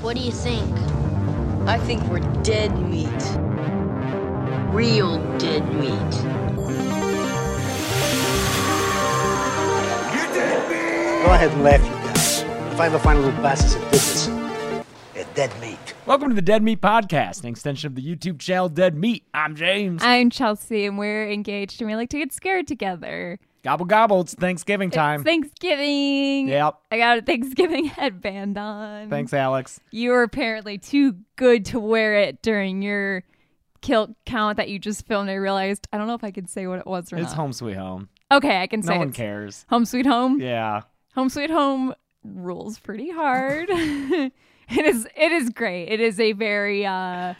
What do you think? I think we're dead meat. Real dead meat. Go ahead and laugh, you guys. If I ever find a little bastards that did this, they're dead meat. Welcome to the Dead Meat Podcast, an extension of the YouTube channel Dead Meat. I'm James. I'm Chelsea, and we're engaged, and we like to get scared together. gobble gobble, it's Thanksgiving time. It's Thanksgiving. Mm-hmm. Yep. I got a Thanksgiving headband on. Thanks, Alex. You were apparently too good to wear it during your kilt count that you just filmed. I realized I don't know if I could say what it was or It's not. home sweet home. Okay, I can say No one it's cares. Home Sweet Home. Yeah. Home Sweet Home rules pretty hard. it is it is great. It is a very uh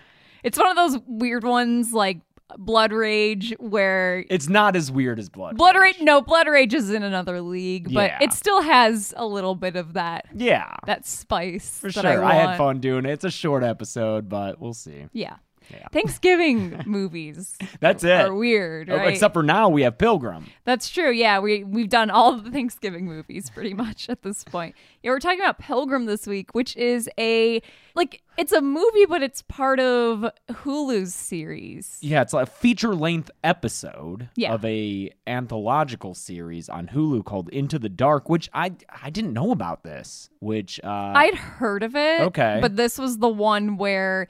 it's one of those weird ones like Blood Rage where It's not as weird as blood. Blood Rage no, Blood Rage is in another league, but Yeah. it still has a little bit of that Yeah. that spice For that sure. I, want. had fun doing it. It's a short episode, but we'll see. Yeah. Yeah. Thanksgiving movies That's it. are weird, Oh, right? Except for now we have Pilgrim. That's true. Yeah, we we've done all of the Thanksgiving movies pretty much at this point. Yeah, we're talking about Pilgrim this week, which is a like it's a movie, but it's part of Hulu's series. Yeah, it's like a feature length episode Yeah. of a anthological series on Hulu called Into the Dark, which I I didn't know about this. Which uh I'd heard of it. Okay. But this was the one where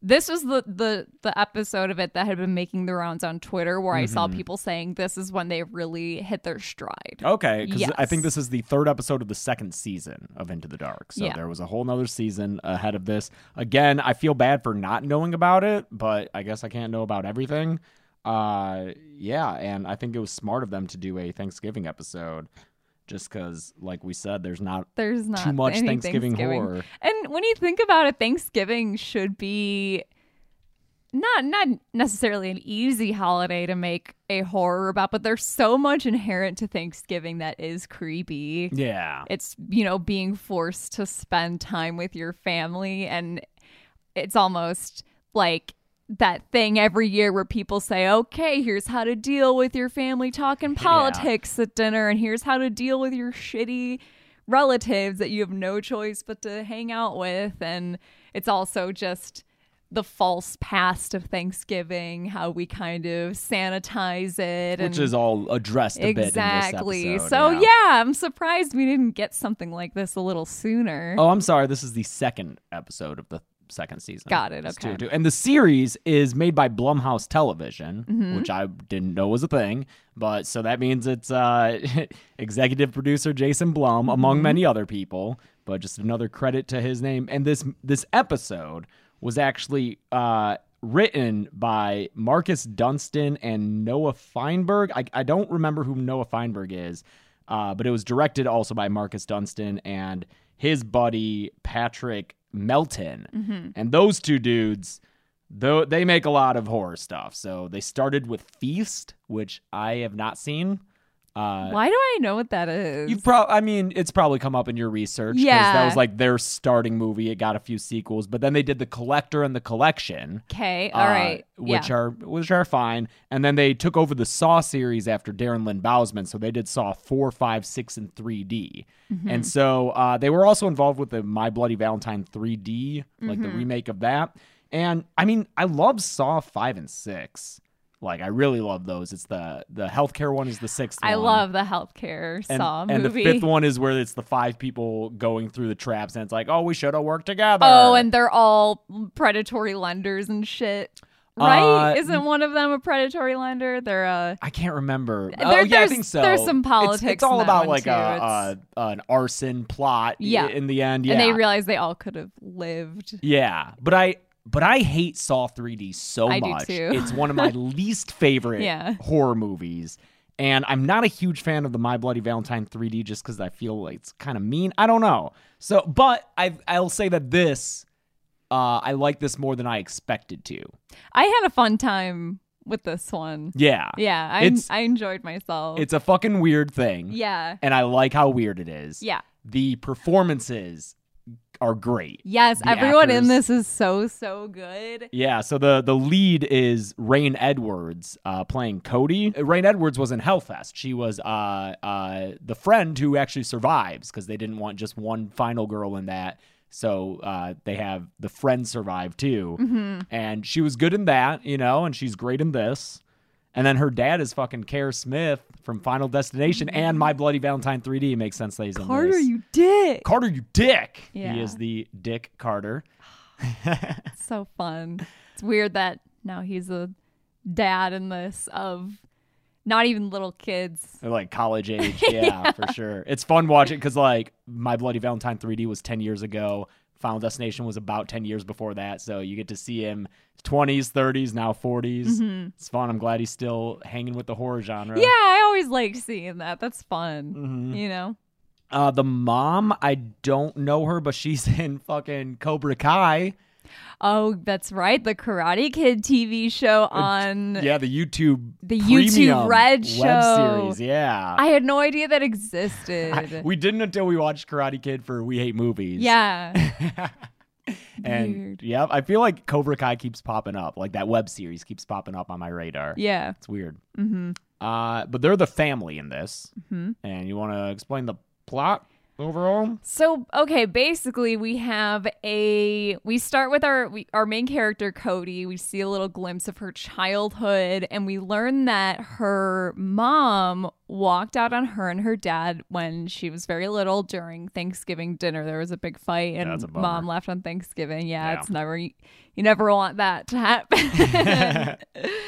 this was the the the episode of it that had been making the rounds on Twitter where I saw Mm-hmm. people saying this is when they really hit their stride. Okay, because I think this Yes. is the third episode of the second season of Into the Dark. So Yeah. there was a whole nother season ahead of this. Again, I feel bad for not knowing about it, but I guess I can't know about everything. Uh, yeah, and I think it was smart of them to do a Thanksgiving episode, just because, like we said, there's not There's not too much any Thanksgiving, horror. And when you think about it, Thanksgiving should be not not necessarily an easy holiday to make a horror about, but there's so much inherent to Thanksgiving that is creepy. Yeah, It's, you know, being forced to spend time with your family and it's almost like that thing every year where people say, "Okay, here's how to deal with your family talking politics at dinner and here's how to deal with your shitty relatives that you have no choice but to hang out with." And it's also just the false past of Thanksgiving, how we kind of sanitize it which and is all addressed a bit Exactly. in this episode. so yeah. I'm surprised we didn't get something like this a little sooner. Oh, I'm sorry. This is the second episode of the second season. Got it, It's okay. two- two- And the series is made by Blumhouse Television, Mm-hmm. which I didn't know was a thing. But so that means it's uh, executive producer Jason Blum, Mm-hmm. among many other people. But just another credit to his name. And this this episode was actually uh, written by Marcus Dunstan and Noah Feinberg. I, I don't remember who Noah Feinberg is, uh, but it was directed also by Marcus Dunstan and his buddy Patrick Melton. Mm-hmm. And those two dudes, though they make a lot of horror stuff. So they started with Feast, which I have not seen. Uh, Why do I know what that is? You've probably, I mean, it's probably come up in your research. 'cause That Yeah. was like their starting movie. It got a few sequels, but then they did The Collector and The Collection. okay. uh, All right. Which yeah. are which are fine. And then they took over the Saw series after Darren Lynn Bousman. So they did Saw 4, 5, 6, and 3D. Mm-hmm. And so uh, they were also involved with the My Bloody Valentine 3D, like Mm-hmm. the remake of that. And I mean, I love Saw 5 and 6. Like I really love those. It's the the healthcare one is the sixth I one. love the healthcare and, saw and movie. the fifth one is where it's the five people going through the traps and it's like, oh, we should have worked together. Oh, and they're all predatory lenders and shit. Right? Uh, Isn't one of them a predatory lender? They're uh I can't remember. There- oh, yeah, I there's- think so. there's some It's- It's, politics all in that about one, like too. It's- a, a an arson plot. i- Yeah. In the end, yeah. and they realize they all could have lived. yeah, but I but I hate Saw 3D so I do much. too. It's one of my least favorite Yeah. horror movies. And I'm not a huge fan of the My Bloody Valentine 3D just because I feel like it's kind of mean. I don't know. So, but I I'll say that this, uh, I like this more than I expected to. I had a fun time with this one. Yeah, Yeah, I It's- I enjoyed myself. it's a fucking weird thing. yeah. and I like how weird it is. Yeah. the performances are great. Yes, The everyone in actors- this is so so good. Yeah, so the the lead is Rain Edwards uh, playing Cody. Rain Edwards was in Hellfest. She was uh, uh, the friend who actually survives because they didn't want just one final girl in that. So uh, they have the friend survive too, and she was good in that, you know, and she's great in this. And then her dad is fucking Care Smith from Final Destination and My Bloody Valentine 3D. It makes sense that he's in Carter, this. you dick. Carter, you dick. Yeah. He is the Dick Carter. It's so fun. It's weird that now he's a dad in this of not even little kids. They're, like college age. Yeah, for sure. It's fun watching because like My Bloody Valentine 3D was 10 years ago. Final Destination was about 10 years before that. So you get to see him 20s, 30s, now 40s. It's fun. I'm glad he's still hanging with the horror genre. Mm-hmm. Yeah, I always like seeing that. That's fun. Mm-hmm. You know? Uh, the mom, I don't know her, but she's in fucking Cobra Kai. Oh, that's right. The Karate Kid TV show on. Yeah, the YouTube The YouTube premium Red web show. series. Yeah. I had no idea that existed. we didn't until we watched Karate Kid for We Hate Movies. yeah. And Weird. yeah, I feel like Cobra Kai keeps popping up. Like that web series keeps popping up on my radar. Yeah. It's weird. Mm-hmm. Uh, but they're the family in this. Mm-hmm. And you want to explain the plot overall? So okay, basically we have a we start with our we, our main character Cody. We see a little glimpse of her childhood, and we learn that her mom walked out on her and her dad when she was very little during Thanksgiving dinner. There was a big fight, and That's a bummer. mom left on Thanksgiving. Yeah, Yeah. it's never you never want that to happen.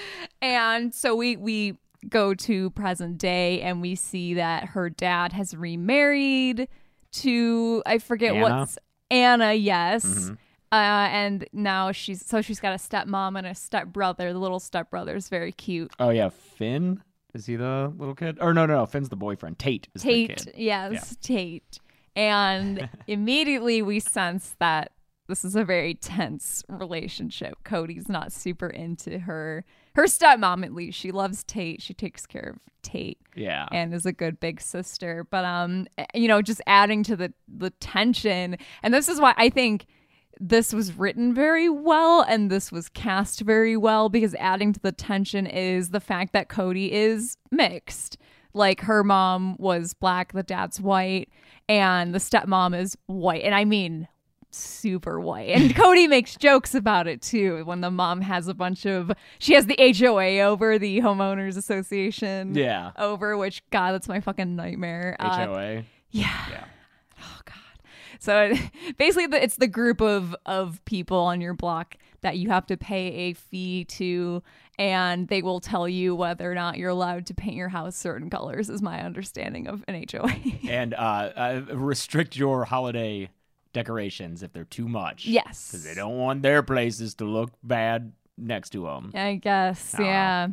and so we we go to present day and we see that her dad has remarried to I forget Anna? Mm-hmm. what's Anna, yes. Uh, and now she's so she's got a stepmom and a stepbrother. The little stepbrother's very cute. Oh, yeah. Finn? Is he the little kid? Or no, no, no. Finn's the boyfriend. Tate is the Tate, kid. yes, Tate. And immediately we sense that this is a very tense relationship. Cody's not super into her her stepmom at least. She loves Tate. She takes care of Tate. Yeah. and is a good big sister. But um, you know, just adding to the the tension, and this is why I think this was written very well and this was cast very well because adding to the tension is the fact that Cody is mixed. Like her mom was black, the dad's white, and the stepmom is white, and I mean super white. And Cody makes jokes about it too when the mom has a bunch of she has the HOA over the homeowners association yeah. over, which God, that's my fucking nightmare. Uh, HOA. yeah. Oh God. So it- basically, the, it's the group of of people on your block that you have to pay a fee to, and they will tell you whether or not you're allowed to paint your house certain colors. Is my understanding of an HOA. and uh, uh, restrict your holiday decorations if they're too much. Yes. because they don't want their places to look bad next to them. I guess, yeah.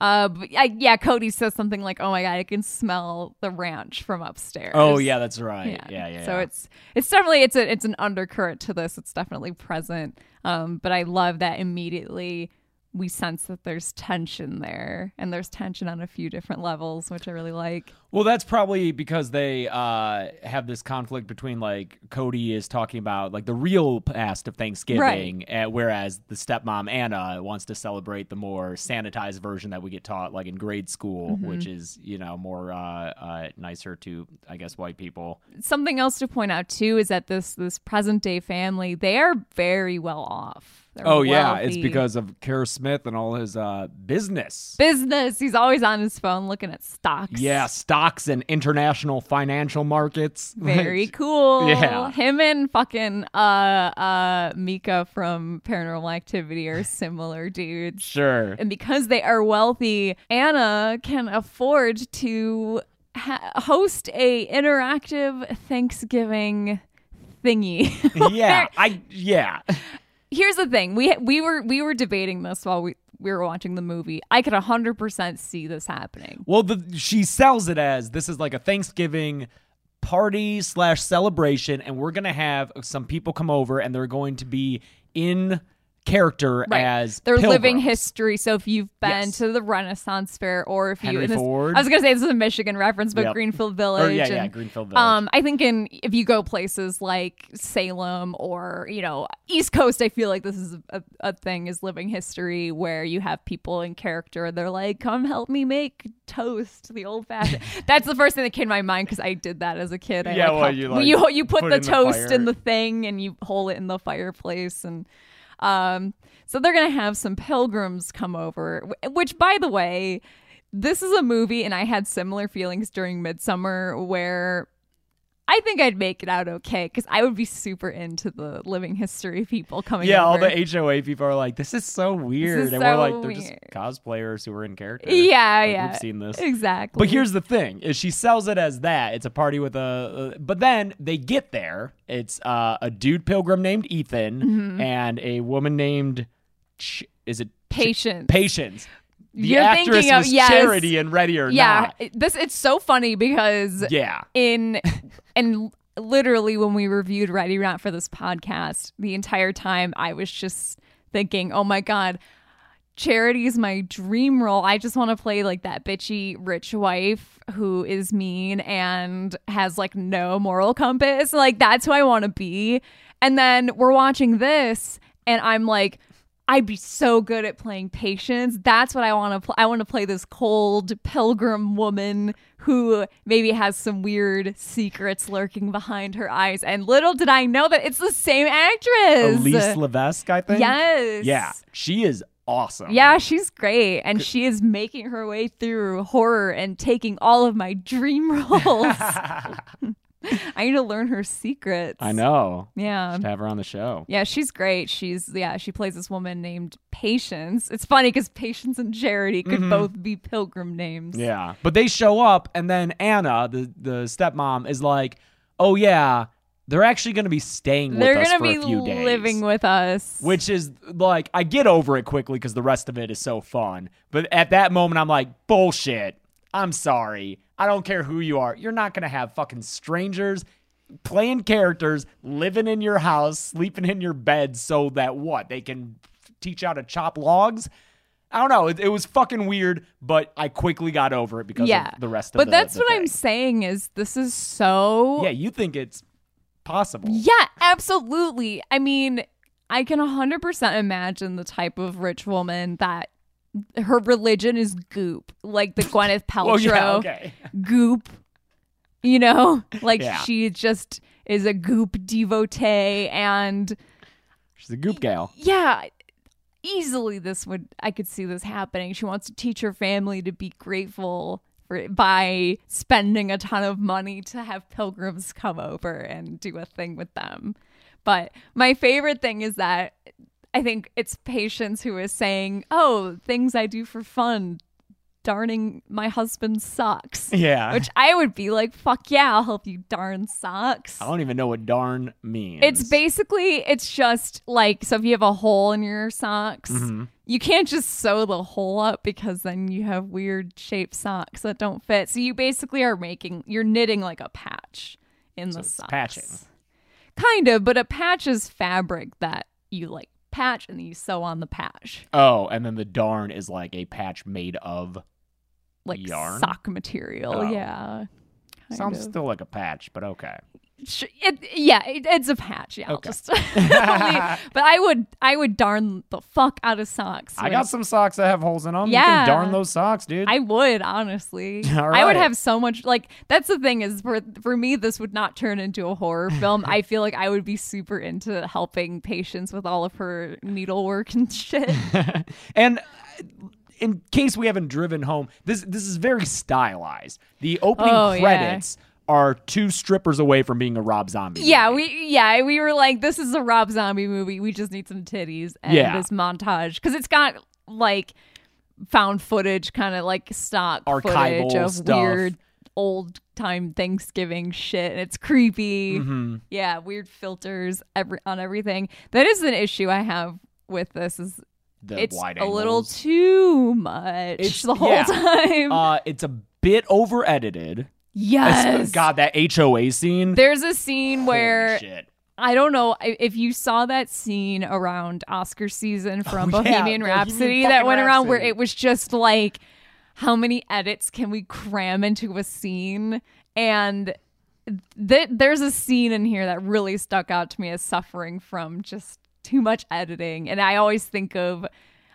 Uh, but I, yeah, Cody says something like, "Oh my god, I can smell the ranch from upstairs." Oh yeah, that's right. Yeah, yeah. So yeah. it's it's definitely it's a it's an undercurrent to this. It's definitely present. Um, but I love that immediately we sense that there's tension there, and there's tension on a few different levels, which I really like. well, that's probably because they uh, have this conflict between like Cody is talking about like the real past of Thanksgiving, uh, whereas the stepmom Anna wants to celebrate the more sanitized version that we get taught like in grade school, Mm-hmm. which is you know more uh, uh, nicer to I guess white people. Something else to point out too is that this this present day family they are very well off. They're Oh yeah, it's wealthy. because of Kerr Smith and all his uh, business. business. He's always on his phone looking at stocks. yeah, stocks and international financial markets. Very cool. Yeah. Him and fucking uh uh Mika from Paranormal Activity are similar dudes. sure. And because they are wealthy, Anna can afford to ha- host a interactive Thanksgiving thingy. yeah, I yeah. Here's the thing. We we were we were debating this while we we were watching the movie. I could 100% see this happening. Well, the, she sells it as this is like a Thanksgiving party slash celebration, and we're gonna have some people come over, and they're going to be in character Right. as their living pilgrims. history. So if you've been Yes. to the Renaissance Fair, or if you, Henry and this- Ford. I was gonna say this is a Michigan reference, but Yep. Greenfield Village. yeah, yeah, and, Greenfield Village. Um, I think in if you go places like Salem or you know East Coast, I feel like this is a, a thing is living history where you have people in character. They're like, "Come help me make toast the old fashioned." That's the first thing that came to my mind because I did that as a kid. I, Yeah, like, well, helped- you, well, like, you you put, put the in the toast in fire. the thing and you hold it in the fireplace and um so they're gonna have some pilgrims come over wh- which by the way this is a movie and i had similar feelings during midsummer where i think i'd make it out okay because i would be super into the living history people coming yeah, all over. the HOA people are like, "This is so weird," is and we're so like, "They're just weird. cosplayers who are in character." yeah Like, yeah we've seen this. exactly But here's the thing: is she sells it as that it's a party with a. Uh, but then they get there. It's uh, a dude pilgrim named Ethan Mm-hmm. and a woman named. Ch- is it Patience. Patience. The You're actress thinking of- was yes. Charity and Ready or yeah Not. it- this it's so funny because Yeah. in and literally when we reviewed Ready or Not for this podcast, the entire time I was just thinking, "Oh my god, Charity is my dream role. I just want to play like that bitchy rich wife who is mean and has like no moral compass. Like that's who I want to be." And then we're watching this and I'm like I'd be so good at playing patience. That's what I want to play. I want to play this cold pilgrim woman who maybe has some weird secrets lurking behind her eyes. And little did I know that it's the same actress. Elise Levesque, I think. Yes. Yeah. She is awesome. Yeah, she's great. And she is making her way through horror and taking all of my dream roles. I need to learn her secrets. I know. Yeah. Should have her on the show. Yeah, she's great. She's yeah, she plays this woman named Patience. It's funny because Patience and Charity could both be pilgrim names. Mm-hmm. Yeah. But they show up and then Anna, the the stepmom, is like, Oh yeah, they're actually gonna be staying They're with us gonna for be a few days. living with us. which is like I get over it quickly because the rest of it is so fun. But at that moment, I'm like, bullshit. I'm sorry. I don't care who you are. You're not gonna have fucking strangers playing characters living in your house, sleeping in your bed, so that what they can teach how to chop logs. I don't know. It, it was fucking weird, but I quickly got over it because yeah, of the rest of But the. that's the what I'm thing. saying is this is so Yeah, you think it's possible? Yeah, absolutely. I mean, I can 100% imagine the type of rich woman that her religion is goop, like the Gwyneth Paltrow Oh yeah. Okay. goop. You know, like Yeah. she just is a goop devotee and She's a goop gal. yeah, easily this would I could see this happening. She wants to teach her family to be grateful for by spending a ton of money to have pilgrims come over and do a thing with them. But my favorite thing is that I think it's patience who is saying, "Oh, things I do for fun." Darning my husband's socks. Yeah. Which I would be like, fuck yeah, I'll help you darn socks. I don't even know what darn means. It's basically it's just like so if you have a hole in your socks, Mm-hmm. you can't just sew the hole up because then you have weird shaped socks that don't fit. So you basically are making you're knitting like a patch in the it's socks. patching. Kind of, but a patch is fabric that you like patch and then you sew on the patch. Oh, and then the darn is like a patch made of. Like Yarn? sock material. Oh. Yeah. Kind Sounds of. still like a patch, but okay. Sh- it, yeah, it, it's a patch. Yeah, I'll Okay. just. but I would, I would darn the fuck out of socks. I when got some socks that have holes in them. Yeah. You can darn those socks, dude. I would honestly. All I would right. have so much like that's the thing is for for me this would not turn into a horror film. I feel like I would be super into helping patients with all of her needlework and shit. and uh, in case we haven't driven home, this this is very stylized. The opening Oh, yeah. credits are two strippers away from being a Rob Zombie. yeah, we yeah, we were like this is a Rob Zombie movie. We just need some titties and Yeah. this montage cuz it's got like found footage kind of like stock Archival footage of stuff. weird old time Thanksgiving shit and it's creepy. Mm-hmm. Yeah, weird filters every on everything. That is an issue I have with this is the it's wide a little angles. too much It's- the whole yeah. time. Uh, it's a bit over edited. yes. God, that HOA scene. There's a scene Holy where shit. I don't know i- if you saw that scene around Oscar season from Oh, yeah, Bohemian Bohemian Rhapsody that fucking went around where Rhapsody. it was just like, how many edits can we cram into a scene? And th- there's a scene in here that really stuck out to me as suffering from just too much editing. And I always think of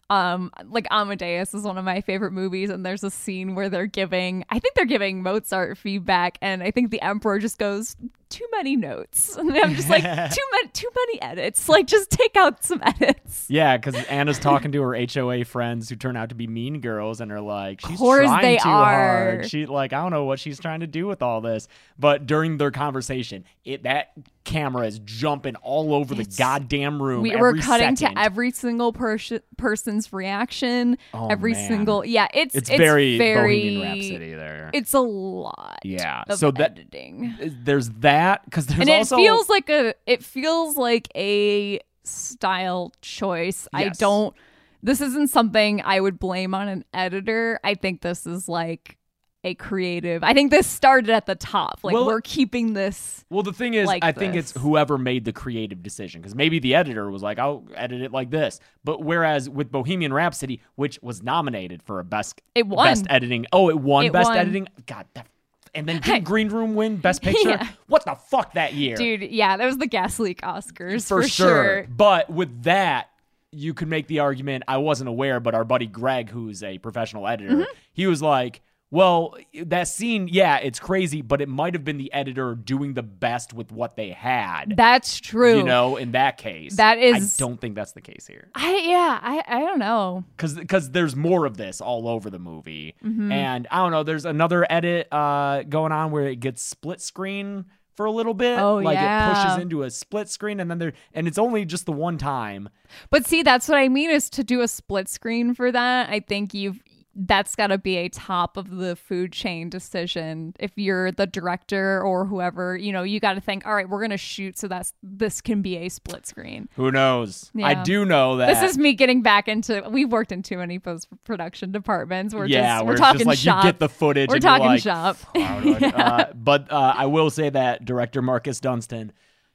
um like Amadeus is one of my favorite movies and there's a scene where they're giving I think they're giving Mozart feedback and I think the emperor just goes too many notes and I'm just like too many too many edits like just take out some edits Yeah, because Anna's talking to her HOA friends who turn out to be mean girls and are like, she's course trying they too are. hard. She like, I don't know what she's trying to do with all this. But during their conversation, it that camera is jumping all over the goddamn room. we every were cutting second. to every single pers- person's reaction Oh, every man. single yeah it's It's, very, very Bohemian Rhapsody there. it's a lot Yeah, of so that- editing there's that because there's and also it feels like a it feels like a style choice i Yes. don't this isn't something i would blame on an editor i think this is like a creative i think this started at the top like Well- we're keeping this Well, the thing is, like I think it's this. whoever made the creative decision because maybe the editor was like, "I'll edit it like this." But whereas with Bohemian Rhapsody, which was nominated for a best It won. best editing, oh, it won It best won. editing. God, that, and then did Green Room win best picture? Yeah. What the fuck that year? dude yeah that was the gas leak oscars for, sure. But with that, you could make the argument. I wasn't aware, but our buddy Greg, who's a professional editor, Mm-hmm. he was like, "Well, that scene, yeah, it's crazy, but it might have been the editor doing the best with what they had." that's true You know, in that case, That is- I don't think that's the case here i yeah i i don't know because because there's more of this all over the movie, Mm-hmm. and I don't know. There's another edit uh, going on where it gets split screen for a little bit, Oh, like it yeah. pushes into a split screen, and then there and it's only just the one time. But see, that's what I mean is to do a split screen for that. I think you've that's got to be a top of the food chain decision. If you're the director or whoever, you know, you got to think, all right, we're going to shoot so that's this can be a split screen. Who knows? I Yeah. do know that. This is me getting back into we've worked in too many post production departments. We're yeah, just where we're it's talking just like shop. you get the footage. We're and you're talking like, shop. "Wow, do I- uh, but uh, I will say that director Marcus Dunstan,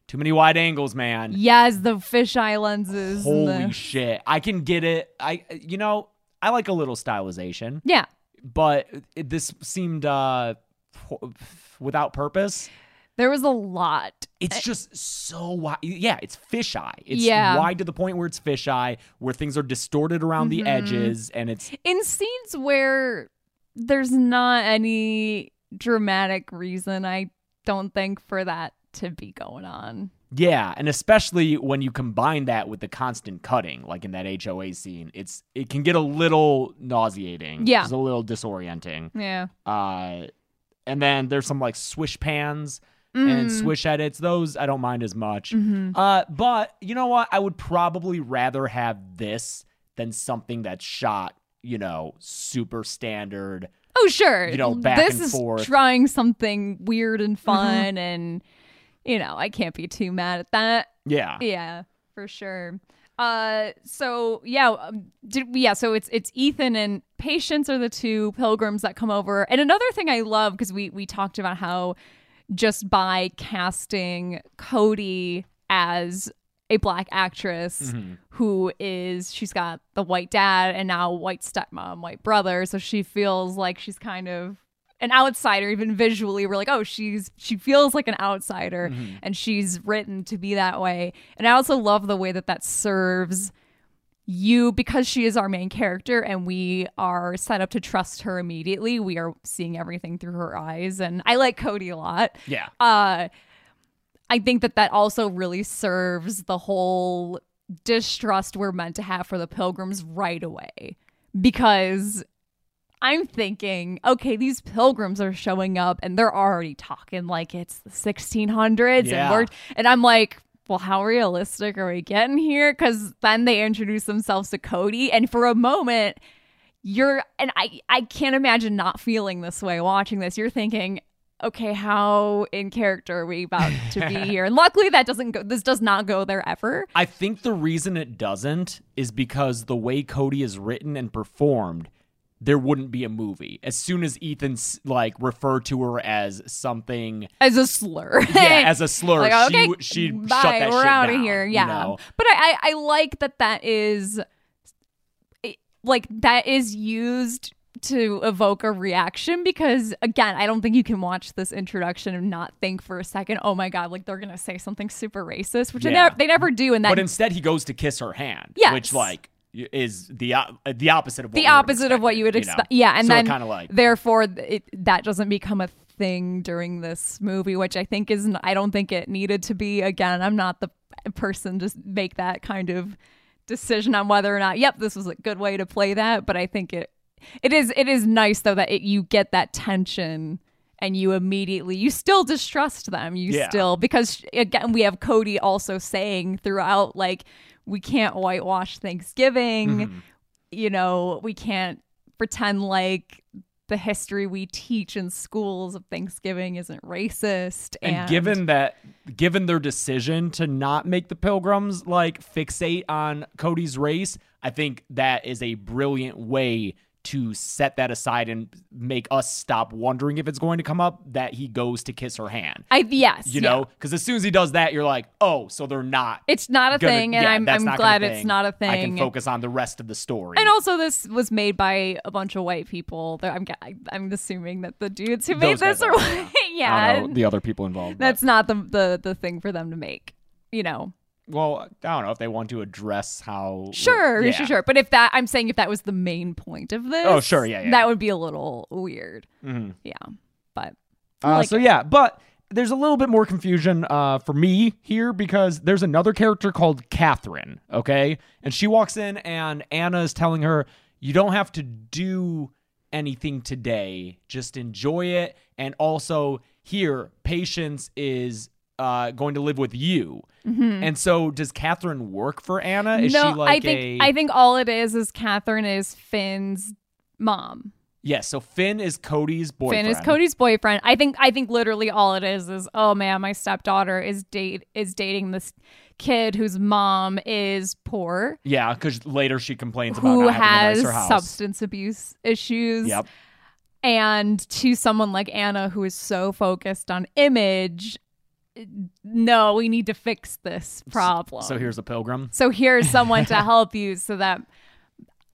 too many wide angles, man. yes, the fisheye lenses. and Holy the- shit! I can get it. I you know I like a little stylization, yeah. but it, this seemed uh, po- without purpose. There was a lot. It's just so wide. Yeah, it's fisheye. It's Yeah. wide to the point where it's fisheye, where things are distorted around the Mm-hmm. edges, and it's in scenes where there's not any dramatic reason i don't think for that to be going on Yeah, and especially when you combine that with the constant cutting, like in that HOA scene, it's it can get a little nauseating. Yeah. it's a little disorienting. yeah Uh, and then there's some like swish pans and Mm. swish edits. Those I don't mind as much. Mm-hmm. Uh, but you know what? I would probably rather have this than something that's shot, you know, super standard. oh sure You know, back this and is forth. trying something weird and fun and you know i can't be too mad at that Yeah. yeah for sure uh so yeah um, did, yeah so it's it's ethan and patience are the two pilgrims that come over and another thing i love because we we talked about how just by casting cody as a black actress who is she's got the white dad and now white stepmom white brother so she feels like she's kind of an outsider even visually we're like oh she's she feels like an outsider and she's written to be that way and i also love the way that that serves you because she is our main character and we are set up to trust her immediately we are seeing everything through her eyes and i like cody a lot Yeah. uh i think that that also really serves the whole distrust we're meant to have for the pilgrims right away because i'm thinking okay these pilgrims are showing up and they're already talking like it's the 1600s Yeah. and we're and i'm like well, how realistic are we getting here? Because then they introduce themselves to Cody, and for a moment, you're and I I can't imagine not feeling this way watching this. You're thinking, okay, how in character are we about to be here? And luckily that doesn't go this does not go there ever. I think the reason it doesn't is because the way Cody is written and performed, there wouldn't be a movie. As soon as Ethan s- like referred to her as something as a slur. yeah, as a slur, like, okay, she she shut bye, that we're shit out of down, here. you Yeah, know? but I, I I like that that is it- like that is used to evoke a reaction because again i don't think you can watch this introduction and not think for a second oh my god like they're gonna say something super racist which they, Yeah. never, they never do and that But instead, he goes to kiss her hand, Yes. which like y- is the o- the opposite of what the we would opposite of what you would expect, know? expect. Yeah, and so then kind of like therefore th- it, that doesn't become a thing during this movie, which I think isn't. I don't think it needed to be. Again, I'm not the person to s- make that kind of decision on whether or not. Yep, this was a good way to play that, but I think it it is it is nice though that it, you get that tension. And you immediately, you still distrust them. You Yeah. still, because sh- again, we have Cody also saying throughout, like, we can't whitewash Thanksgiving Mm-hmm. you know, we can't pretend like the history we teach in schools of Thanksgiving isn't racist. And, and, given that given their decision to not make the pilgrims like fixate on cody's race i think that is a brilliant way to set that aside and make us stop wondering if it's going to come up that he goes to kiss her hand I yes, you yeah. know because as soon as he does that you're like oh so they're not it's not a gonna- thing, and yeah, I'm that's I'm not gonna glad be a it's thing. not a thing. i can focus on the rest of the story and also, this was made by a bunch of white people. Though I'm g- I'm assuming that the dudes who made Those guys this are are white. I yeah, don't know the other people involved. but- that's not the, the the thing for them to make. You know, well, I don't know if they want to address how. Sure, yeah. sure, sure. But if that, I'm saying if that was the main point of this, Oh, sure, yeah, Mm-hmm. yeah. that would be a little weird. Yeah, but Uh, like so yeah, but there's a little bit more confusion uh, for me here because there's another character called Catherine, okay, and she walks in and Anna is telling her, "You don't have to do anything today. Just enjoy it." And also here, patience is uh, going to live with you. And so, does Catherine work for Anna? Is Mm-hmm. no, she like I think a? I think all it is is Catherine is Finn's mom. yeah, so Finn is Cody's boyfriend. Finn is Cody's boyfriend. I think I think literally all it is is oh man, my stepdaughter is date is dating this kid whose mom is poor. Yeah, because later she complains about Who not having has a nicer house. substance abuse issues? Yep. and to someone like Anna who is so focused on image no we need to fix this problem So here's a pilgrim. so here's someone to help you so that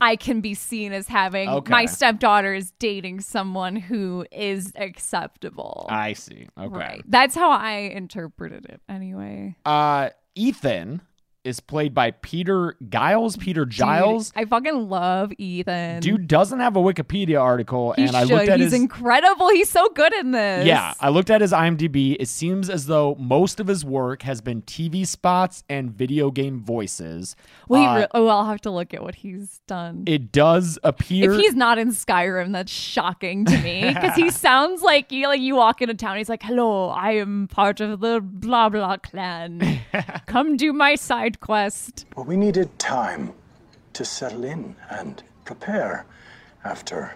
I can be seen as having Okay. my stepdaughter is dating someone who is acceptable I see. Ah, Okay. right that's how I interpreted it anyway Uh, Ethan is played by Peter Giles. Peter Giles. Dude, I fucking love Ethan Dude, doesn't have a Wikipedia article, he and I should looked at he's his. incredible he's so good in this Yeah, I looked at his IMDb. It seems as though most of his work has been TV spots and video game voices. Wait, Uh, re- oh, I'll have to look at what he's done. it does appear. if he's not in Skyrim, that's shocking to me because he sounds like you like you walk into town. He's like, "Hello, I am part of the blah blah clan. Come do my side quest." Well, we needed time to settle in and prepare after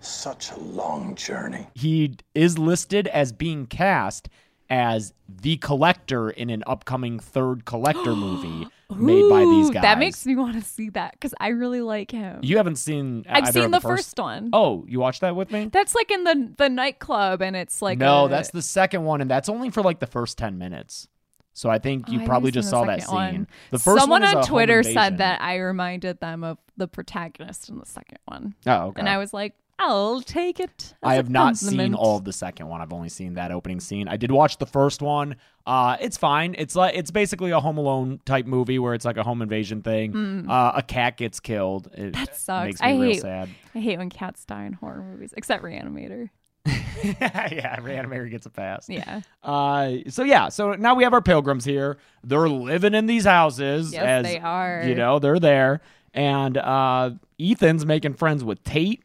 such a long journey. he is listed as being cast as the collector in an upcoming third collector movie made by these Ooh, guys. That makes me want to see that because I really like him. you haven't seen. I've either seen of the first, one. Oh, you watched that with me? That's like in the the nightclub, and it's like no, a- that's the second one, and that's only for like the first ten minutes. So I think Oh, you I probably haven't just seen saw the that scene. second one. The first someone one is on a home Twitter invasion. said that I reminded them of the protagonist in the second one. Oh, okay. And I was like, I'll take it. as I a have not seen compliment. all of the second one. I've only seen that opening scene. I did watch the first one. Uh, it's fine. It's like it's basically a Home Alone type movie where it's like a home invasion thing. Uh, a cat gets killed. It Mm. That sucks. Makes me I real hate- sad. I hate when cats die in horror movies, except Reanimator. yeah, Reanimator gets a pass. Yeah. Uh, so yeah, so now we have our pilgrims here. They're living in these houses. Yes, as, they are. You know, they're there, and uh, Ethan's making friends with Tate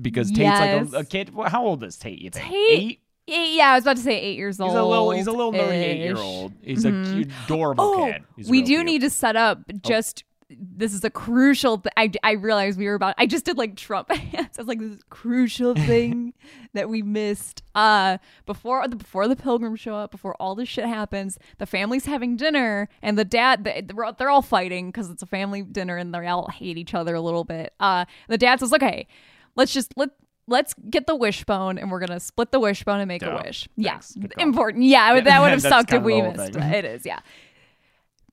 because Tate's Yes. like a, a kid. well, How old is Tate? You think? Tate- Eight? Yeah, yeah, I was about to say eight years old. He's a little. He's a little nerdy eight-year-old. He's a cute, adorable Oh, kid. He's we real Oh. do cute. need to set up just. This is a crucial. Th- I I realized we were about. I just did like Trump hands. I was like, this is a crucial thing that we missed. Uh, before the before the pilgrims show up, before all this shit happens, the family's having dinner, and the dad. They, they're all- they're all fighting because it's a family dinner, and they all hate each other a little bit. Uh, the dad says, okay. Let's just let let's get the wishbone and we're gonna split the wishbone and make Yeah. a wish. Yeah, Thanks. Good call. important. Yeah, that would That's have sucked kind if of we the whole missed. thing. It is. Yeah.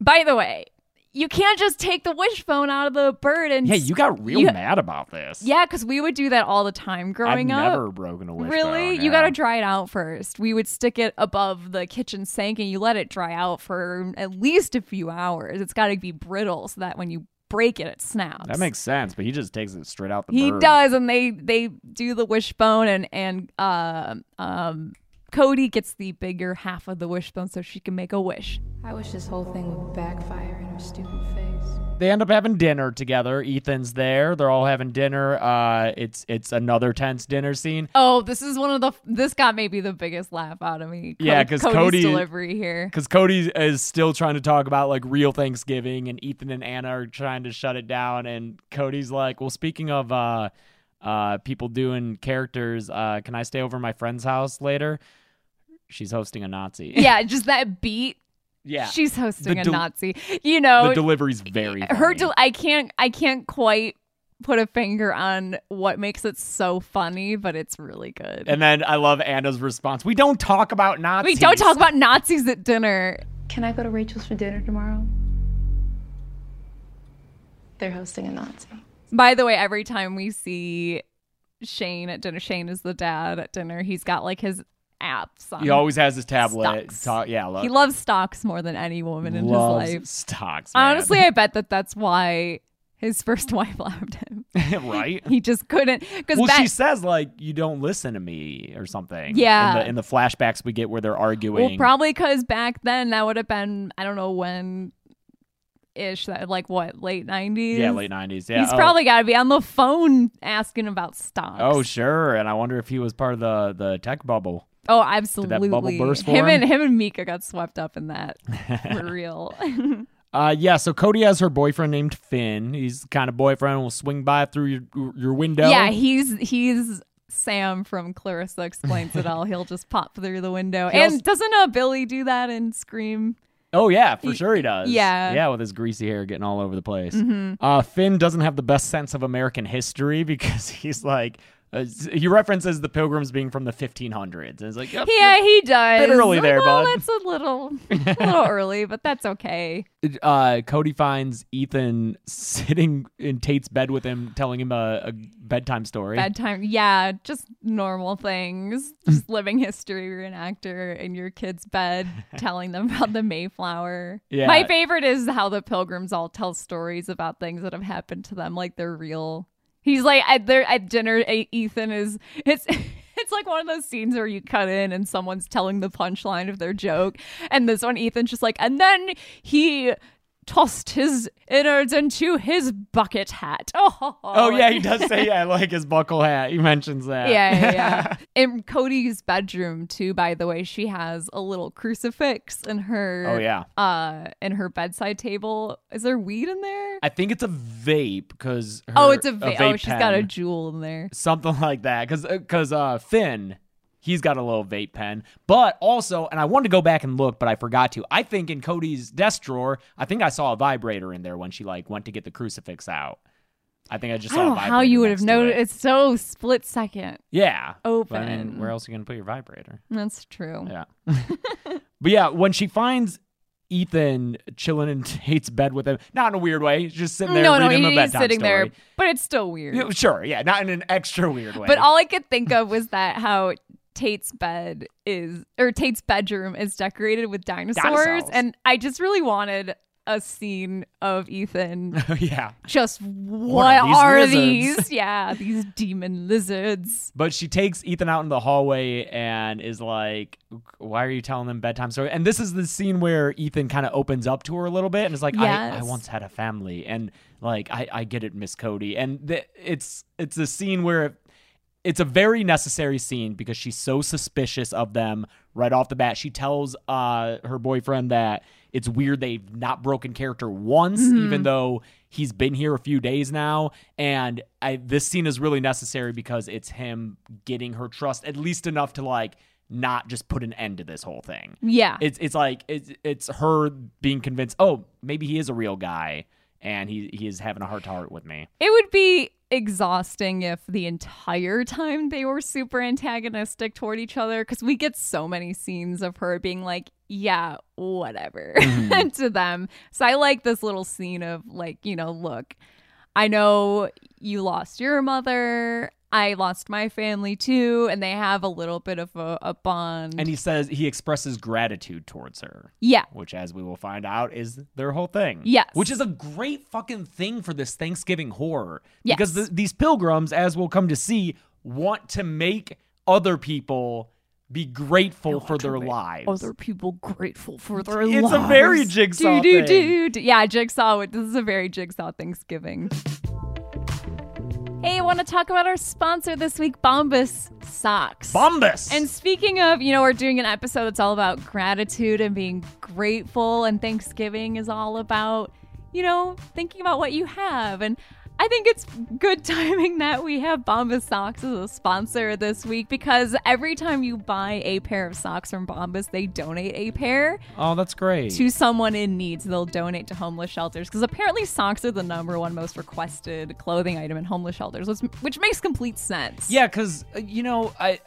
By the way, you can't just take the wishbone out of the bird and Yeah, you got real You- mad about this. yeah, because we would do that all the time growing I've up. never broken a wishbone. Really? yeah. You got to dry it out first. We would stick it above the kitchen sink and you let it dry out for at least a few hours. It's got to be brittle so that when you break it, it snaps. That makes sense, but he just takes it straight out the He bird. does, and they they do the wishbone, and and uh, um, Cody gets the bigger half of the wishbone so she can make a wish. I wish this whole thing would backfire in her stupid face. They end up having dinner together. Ethan's there. They're all having dinner. Uh, it's it's another tense dinner scene. Oh, this is one of the this got maybe the biggest laugh out of me. Yeah, Cody- 'cause Cody- Cody's delivery here. Because Cody is still trying to talk about like real Thanksgiving, and Ethan and Anna are trying to shut it down. And Cody's like, "Well, speaking of uh, uh, people doing characters, uh, can I stay over at my friend's house later? She's hosting a Nazi. Yeah, just that beat. yeah. She's hosting a del- Nazi. You know, the delivery's very her funny. del- I can't I can't quite put a finger on what makes it so funny, but it's really good. and then I love Anna's response. We don't talk about Nazis. we don't talk about Nazis at dinner. Can I go to Rachel's for dinner tomorrow? They're hosting a Nazi. By the way, every time we see Shane at dinner, Shane is the dad at dinner. He's got like his apps on. He always has his tablet. Stocks. Ta- yeah, lo- he loves stocks more than any woman in his loves life. stocks. man. Honestly, I bet that that's why his first wife left him. right? He just couldn't because Well, she says like you don't listen to me or something. Yeah. In the, in the flashbacks we get where they're arguing. Well, probably because back then that would have been I don't know when ish that like what late nineties. yeah, late nineties. Yeah. He's oh. probably got to be on the phone asking about stocks. Oh sure, and I wonder if he was part of the the tech bubble. oh, absolutely. bubble burst for him? him, and him and Mika got swept up in that for real. Uh, yeah. So Cody has her boyfriend named Finn. He's the kind of boyfriend who will swing by through your your window. Yeah, he's he's Sam from Clarissa explains it all. He'll just pop through the window. He and also- doesn't uh, Billy do that and scream? Oh yeah, for He- sure he does. yeah. Mm-hmm. yeah, with his greasy hair getting all over the place. Uh, Finn doesn't have the best sense of American history because he's like uh, he references the Pilgrims being from the 1500s, and it's like yep, Yeah, he does. Bit early there, Although bud. That's a little, a little early, but that's okay. uh, Cody finds Ethan sitting in Tate's bed with him, telling him a, a bedtime story. bedtime. Yeah, just normal things. Just living history reenactor in your kid's bed, telling them about the Mayflower. Yeah. My favorite is how the pilgrims all tell stories about things that have happened to them, like they're real. He's like at their at dinner. E- Ethan is it's. It's like one of those scenes where you cut in and someone's telling the punchline of their joke. And this one, Ethan's just like, and then he tossed his innards into his bucket hat. oh Oh, yeah, he does say yeah, I like his buckle hat. He mentions that. yeah, yeah, yeah. in Cody's bedroom too, by the way, she has a little crucifix in her Oh, yeah. uh in her bedside table. Is there weed in there? I think it's a vape because oh, it's a, va- oh, she's she's got a jewel in there. something like that because because uh, Finn he's got a little vape pen but also and I wanted to go back and look but I forgot to I think in Cody's desk drawer I think I saw a vibrator in there when she like went to get the crucifix out I think I just I saw don't a know vibrator how you would have next to known. it. It's so split second. yeah but, I mean open. where else are you gonna put your vibrator That's true. yeah but yeah when she finds Ethan chilling in Tate's bed with him not in a weird way he's just sitting there no, no, reading him a he's bedtime sitting there, story but it's still weird. Yeah, sure yeah not in an extra weird way But all I could think of was that how Tate's bed is or Tate's bedroom is decorated with dinosaurs, Dinosaurs. and I just really wanted a scene of Ethan yeah just what are these are lizards?" these? Yeah, these demon lizards. But she takes Ethan out in the hallway and is like, "Why are you telling them bedtime story?" And this is the scene where Ethan kind of opens up to her a little bit and is like, I, "I Yes. once had a family, and like I, I get it, Miss Cody." And th- it's it's a scene where it's a very necessary scene because she's so suspicious of them right off the bat. She tells uh, her boyfriend that it's weird they've not broken character once, even though he's been here a few days now. And I, this scene is really necessary because it's him getting her trust, at least enough to like not just put an end to this whole thing. Yeah. It's it's like it's it's her being convinced. Oh, maybe he is a real guy, and he he is having a heart to heart with me. It would be exhausting if the entire time they were super antagonistic toward each other because we get so many scenes of her being like, yeah, whatever Mm-hmm. to them. So I like this little scene of like, you know, look, I know you lost your mother. I lost my family too, and they have a little bit of a, a bond. And he says he expresses gratitude towards her, yeah, which, as we will find out, is their whole thing. Yes. Which is a great fucking thing for this Thanksgiving horror. Yes. Because th- these pilgrims, as we'll come to see, want to make other people be grateful for their lives. other people grateful for their lives. It's a very jigsaw do, do, thing. do, do. Yeah, jigsaw. would- This is a very jigsaw Thanksgiving. Hey, I want to talk about our sponsor this week, Bombas Socks. Bombus! And speaking of, you know, we're doing an episode that's all about gratitude and being grateful, and Thanksgiving is all about, you know, thinking about what you have. And I think it's good timing that we have Bombas Socks as a sponsor this week because every time you buy a pair of socks from Bombas, they donate a pair oh, that's great. to someone in need. So they'll donate to homeless shelters because apparently socks are the number one most requested clothing item in homeless shelters, which, which makes complete sense. Yeah, because you know, I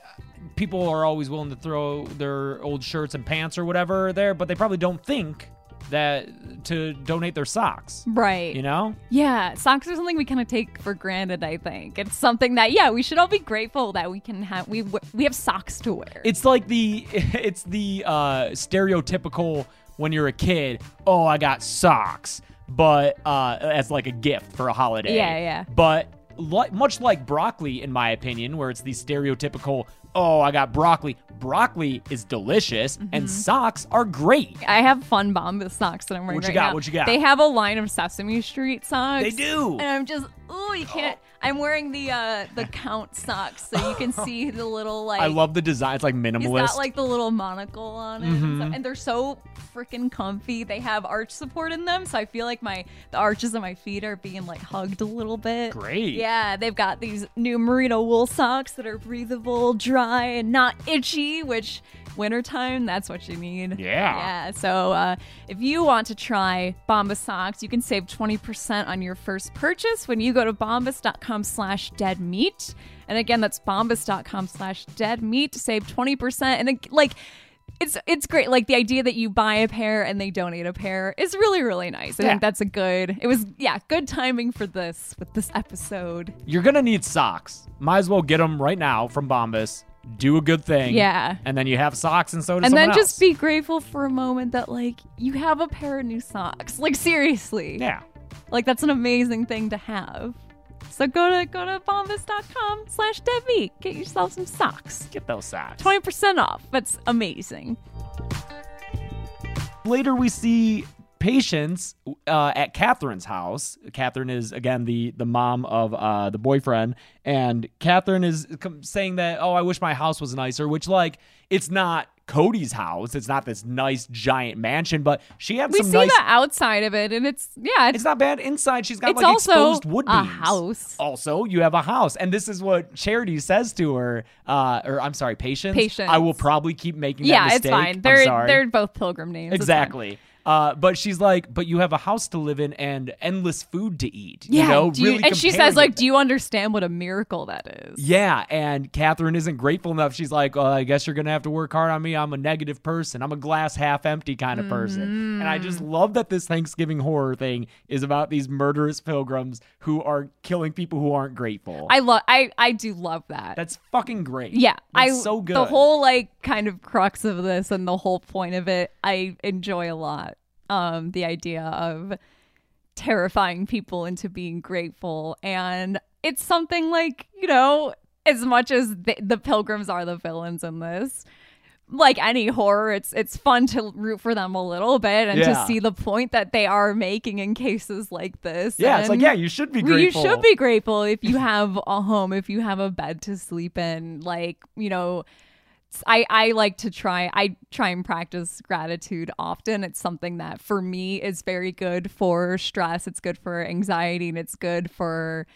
people are always willing to throw their old shirts and pants or whatever there, but they probably don't think that to donate their socks. Right. You know, Yeah, socks are something we kind of take for granted. I think it's something that yeah, we should all be grateful that we can have we we have socks to wear. it's like the it's the uh, stereotypical when you're a kid. Oh, I got socks, but uh, as like a gift for a holiday. Yeah, yeah. But li- much like broccoli, in my opinion, where it's the stereotypical. Oh, I got broccoli. Broccoli is delicious, Mm-hmm. and socks are great. I have fun bombas socks that I'm wearing What you right got? now. What you got? They have a line of Sesame Street socks. They do. Oh. And I'm just ooh, you can't. I'm wearing the uh the count socks, so you can see the little like. I love the design. It's like He's minimalist. got like the little monocle on it, and, Mm-hmm. stuff. and they're so freaking comfy. They have arch support in them, so I feel like my the arches of my feet are being like hugged a little bit. Great. Yeah, they've got these new merino wool socks that are breathable, dry, and not itchy. Which wintertime, that's what you need. Yeah. Yeah. So uh, if you want to try Bombas socks, you can save twenty percent on your first purchase when you go to bombas.com/slash dead meat. And again, that's bombas.com slash dead meat to save 20%. And like- like, it's it's great. Like the idea that you buy a pair and they donate a pair is really, really nice. I Yeah. think that's a good, it was, yeah, good timing for this, with this episode. You're gonna need socks. Might as well get them right now from Bombas. Do a good thing. Yeah. And then you have socks, and so does and someone then else. just be grateful for a moment that like you have a pair of new socks. Like seriously. yeah. Like that's an amazing thing to have. So go to go to bombas.com slash dead meat. Get yourself some socks. Get those socks. 20% off. That's amazing. Later, we see patients uh, at Catherine's house. Catherine is again the the mom of uh, the boyfriend, and Catherine is com- saying that, "Oh, I wish my house was nicer." Which, like, it's not Cody's house. It's not this nice giant mansion, but she had we some see nice the outside of it, and it's yeah, it's, It's not bad inside. She's got It's like also exposed wood a beams. house. Also, you have a house, and this is what Charity says to her. Uh, or I'm sorry, patience. Patience. I will probably keep making. that yeah, it's mistake. fine. I'm They're sorry. they're both pilgrim names. It's fine. exactly. Uh, but she's like, but you have a house to live in and endless food to eat. Yeah, you know, do you- really and she comparing says like, it. "Do you understand what a miracle that is?" Yeah, and Catherine isn't grateful enough. She's like, well, I guess you're gonna have to work hard on me. I'm a negative person. I'm a glass half empty kind of person. And I Mm. just love that this Thanksgiving horror thing is about these murderous pilgrims who are killing people who aren't grateful. I love, I I do love that. That's fucking great. yeah, That's I so good. The whole like kind of crux of this and the whole point of it, I enjoy a lot. Um, the idea of terrifying people into being grateful, and it's something like you know, as much as the, the pilgrims are the villains in this, like any horror, it's it's fun to root for them a little bit and Yeah. to see the point that they are making in cases like this. yeah, it's like And yeah, you should be grateful. you should be grateful if you have a home, if you have a bed to sleep in. Like you know, s- I I like to try. I try and practice gratitude often. It's something that for me is very good for stress. It's good for anxiety, and it's good for.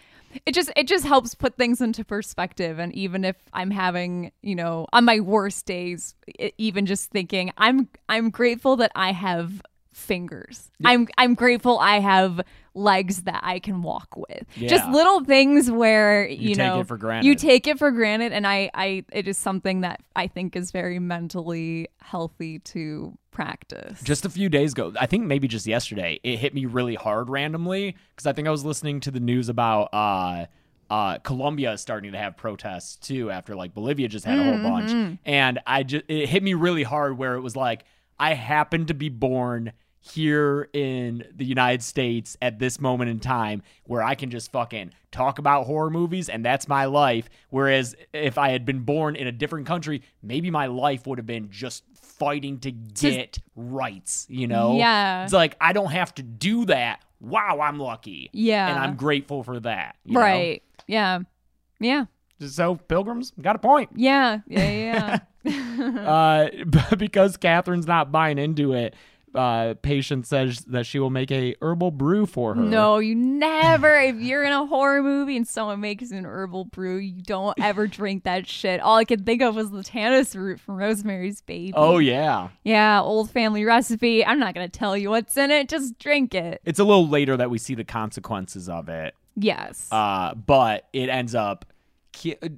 It just it just helps put things into perspective and even if I'm having, you know, on my worst days, e- even just thinking I'm I'm grateful that I have fingers. I'm I'm grateful I have legs that I can walk with. Just Yeah. little things where you, take know it for granted. You take it for granted and I I it is something that I think is very mentally healthy to practice. just a few days ago i think maybe just yesterday it hit me really hard randomly because i think i was listening to the news about uh uh colombia is starting to have protests too after like bolivia just had a whole bunch and i just it hit me really hard where it was like i happened to be born here in the United States at this moment in time where I can just fucking talk about horror movies and that's my life. Whereas if I had been born in a different country, maybe my life would have been just fighting to get rights, you know? Yeah. It's like, I don't have to do that. Wow, I'm lucky. Yeah. And I'm grateful for that. you know? right. Yeah. Yeah. So, Pilgrims got a point. Yeah. Yeah. Yeah. uh, but because Catherine's not buying into it, uh, patient says that she will make a herbal brew for her. No, you never. If you're in a horror movie and someone makes an herbal brew, you don't ever drink that shit. All I could think of was the tannis root from Rosemary's Baby. Oh yeah, yeah, old family recipe. I'm not gonna tell you what's in it. Just drink it. it's a little later that we see the consequences of it, Yes. uh, but it ends up. ki- uh,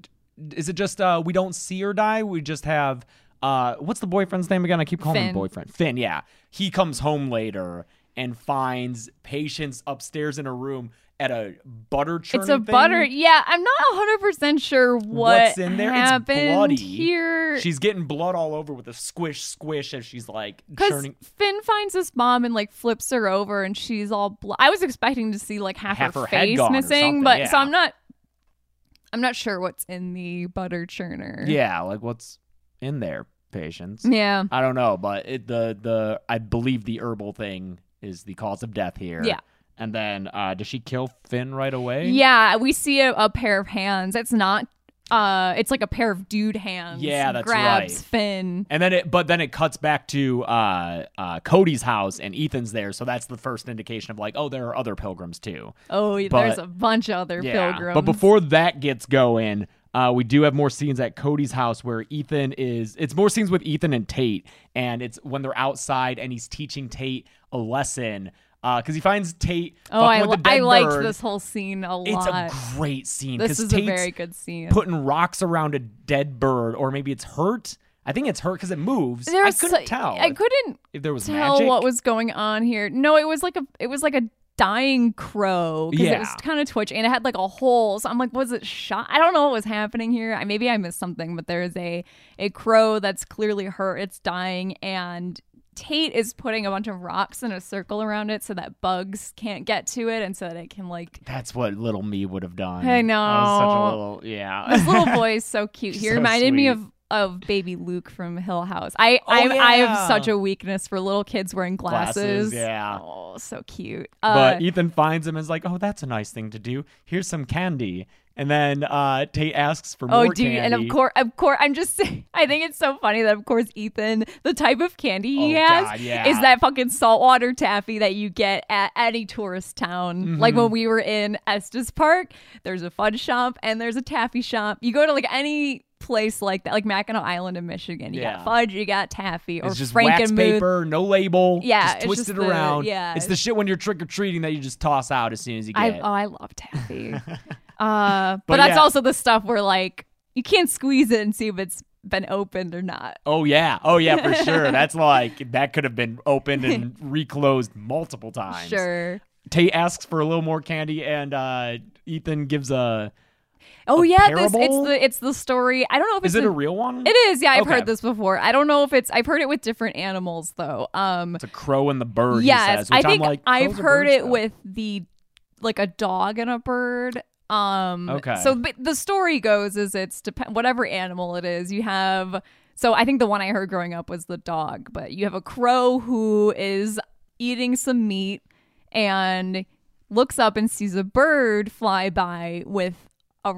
Is it just uh, we don't see her die? We just have uh, what's the boyfriend's name again? I keep calling him Finn. boyfriend. Finn. Yeah, he comes home later and finds patients upstairs in a room at a butter churn. it's a butter. Yeah, I'm not 100 percent sure what what's in there. happened it's bloody. here. She's getting blood all over with a squish squish as she's like Because churning Finn finds his mom and like flips her over, and she's all. Bl- I was expecting to see like half, Half her, her head face gone or missing, something, but yeah. so I'm not. I'm not sure what's in the butter churner. Yeah, like what's in there, patients. Yeah. I don't know, but it, the the I believe the herbal thing is the cause of death here. Yeah. And then uh does she kill Finn right away? Yeah, we see a, a pair of hands. It's not. Uh, it's like a pair of dude hands. Yeah, that's grabs right. Finn. And then it but then it cuts back to uh uh Cody's house and Ethan's there, so that's the first indication of like, oh, there are other pilgrims too. Oh, But- there's a bunch of other pilgrims. But before that gets going, uh, we do have more scenes at Cody's house where Ethan is. It's more scenes with Ethan and Tate, and it's when they're outside and he's teaching Tate a lesson because he finds Tate. oh, fucking I, with the I dead liked bird. this whole scene a It's lot. a great scene. this 'cause is a Tate's very good scene. Putting rocks around a dead bird, or maybe it's hurt. I think it's hurt because it moves. I There's couldn't so- tell. I couldn't if there was tell magic. what was going on here. No, it was like a it was like a dying crow because it Yeah. was kind of twitching and it had like a hole. So I'm like, was it shot? I don't know what was happening here. I, maybe I missed something, but there is a a crow that's clearly hurt. It's dying and. Tate is putting a bunch of rocks in a circle around it so that bugs can't get to it and so that it can like That's what little me would have done. I was such know. a little. Yeah. this little boy is so cute. He So reminded me sweet. Oh, of of baby Luke from Hill House. I I, I have yeah. such a weakness for little kids wearing glasses. Glasses, yeah. Oh, so cute. Uh, But Ethan finds him and is like, "Oh, that's a nice thing to do. Here's some candy." And then uh, Tate asks for oh, more dude, candy. and of course, of course, I'm just. saying- I think it's so funny that of course Ethan, the type of candy he Oh, has, God, yeah. is that fucking saltwater taffy that you get at any tourist town. Like Mm-hmm. when we were in Estes Park, there's a fudge shop and there's a taffy shop. You go to like any place like that, like Mackinac Island in Michigan, you Yeah. got fudge, you got taffy, or it's just wax Frankenmuth. paper, no label. Yeah, just it's twist just it the- around. yeah. it's the shit when you're trick or treating that you just toss out as soon as you I get. oh, I love taffy. uh, but, that's yeah. also the stuff where like you can't squeeze it and see if it's been opened or not. oh yeah, oh yeah, for sure. That's like that could have been opened and reclosed multiple times. Sure. Tate asks for a little more candy, and uh, Ethan gives a. Oh A yeah, this it's parable? the it's the story. I don't know if Is it's it a an- real one? It is. Yeah, I've Okay. heard this before. I don't know if it's I've heard it with different animals though. Um It's a crow and the bird. he yes, says, which I think am like, crows I've are heard birds, it though. with the like a dog and a bird. Um Okay. so but the story goes is it's depend whatever animal it is, you have so I think the one I heard growing up was the dog, but you have a crow who is eating some meat and looks up and sees a bird fly by with a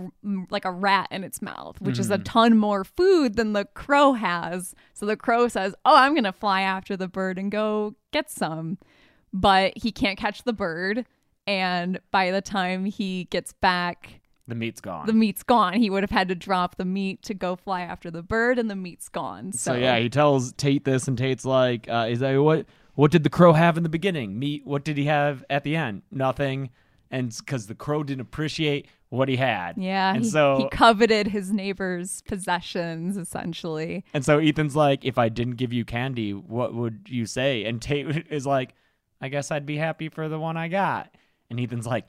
like a rat in its mouth, which is a ton more food than the crow has. So the crow says, "Oh, I'm going to fly after the bird and go get some." But he can't catch the bird, and by the time he gets back, the meat's gone. the meat's gone. He would have had to drop the meat to go fly after the bird, and the meat's gone. So, So yeah, he tells Tate this, and Tate's like, uh, "He's like, what? What did the crow have in the beginning? Meat. What did he have at the end? Nothing. And because the crow didn't appreciate what he had. Yeah, And he, so he coveted his neighbor's possessions essentially. And so Ethan's like, if I didn't give you candy, what would you say? And Tate is like, I guess I'd be happy for the one I got. And Ethan's like,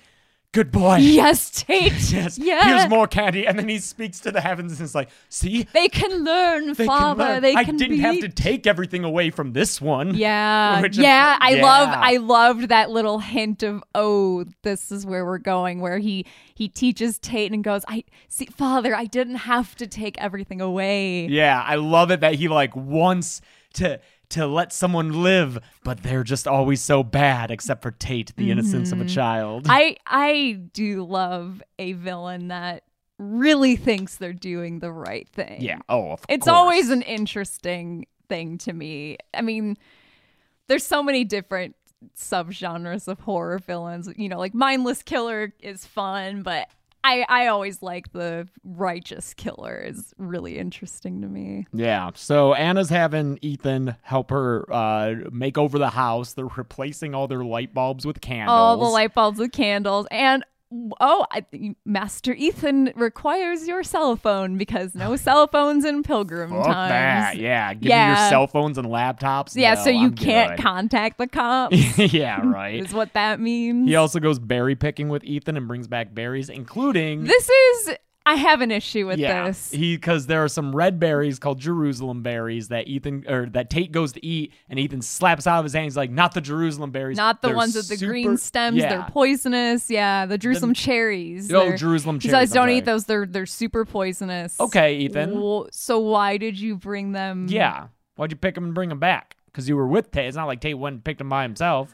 good boy. Yes, Tate. Yes. Yeah. Here's more candy. And then he speaks to the heavens and is like, see, They can learn, they Father. can learn. They I can didn't have to beat." take everything away from this one. Yeah, Which is- yeah. I love. yeah. I loved that little hint of oh, this is where we're going. Where he he teaches Tate and goes, I see, Father. I didn't have to take everything away. Yeah, I love it that he like wants to to let someone live, but they're just always so bad, except for Tate, the innocence of a child. Mm-hmm. I I do love a villain that really thinks they're doing the right thing. yeah. Oh, of It's course. always an interesting thing to me. I mean, there's so many different subgenres of horror villains. You know, like mindless killer is fun, but I I always like the righteous killer is really interesting to me. Yeah. So Anna's having Ethan help her uh, make over the house. They're replacing all their light bulbs with candles. All the light bulbs with candles and Oh, I, Master Ethan requires your cell phone because no cell phones in pilgrim Fuck times. that. Yeah. Give me Yeah. your cell phones and laptops. Yeah, No, so you I'm can't good. contact the cops. yeah. Right. is what that means. He also goes berry picking with Ethan and brings back berries, including This is I have an issue with yeah, this. He because there are some red berries called Jerusalem berries that Ethan or that Tate goes to eat, and Ethan slaps out of his hand. He's like, "Not the Jerusalem berries, Not the They're ones with the green super- stems. Yeah. They're poisonous. Yeah, the Jerusalem cherries. Oh, They're- Jerusalem he cherries, says, don't I'm eat sorry. those. They're they're super poisonous. Okay, Ethan. Wh- so why did you bring them? Yeah. Why'd you pick him and bring him back? Because you were with Tate. It's not like Tate went and picked him by himself.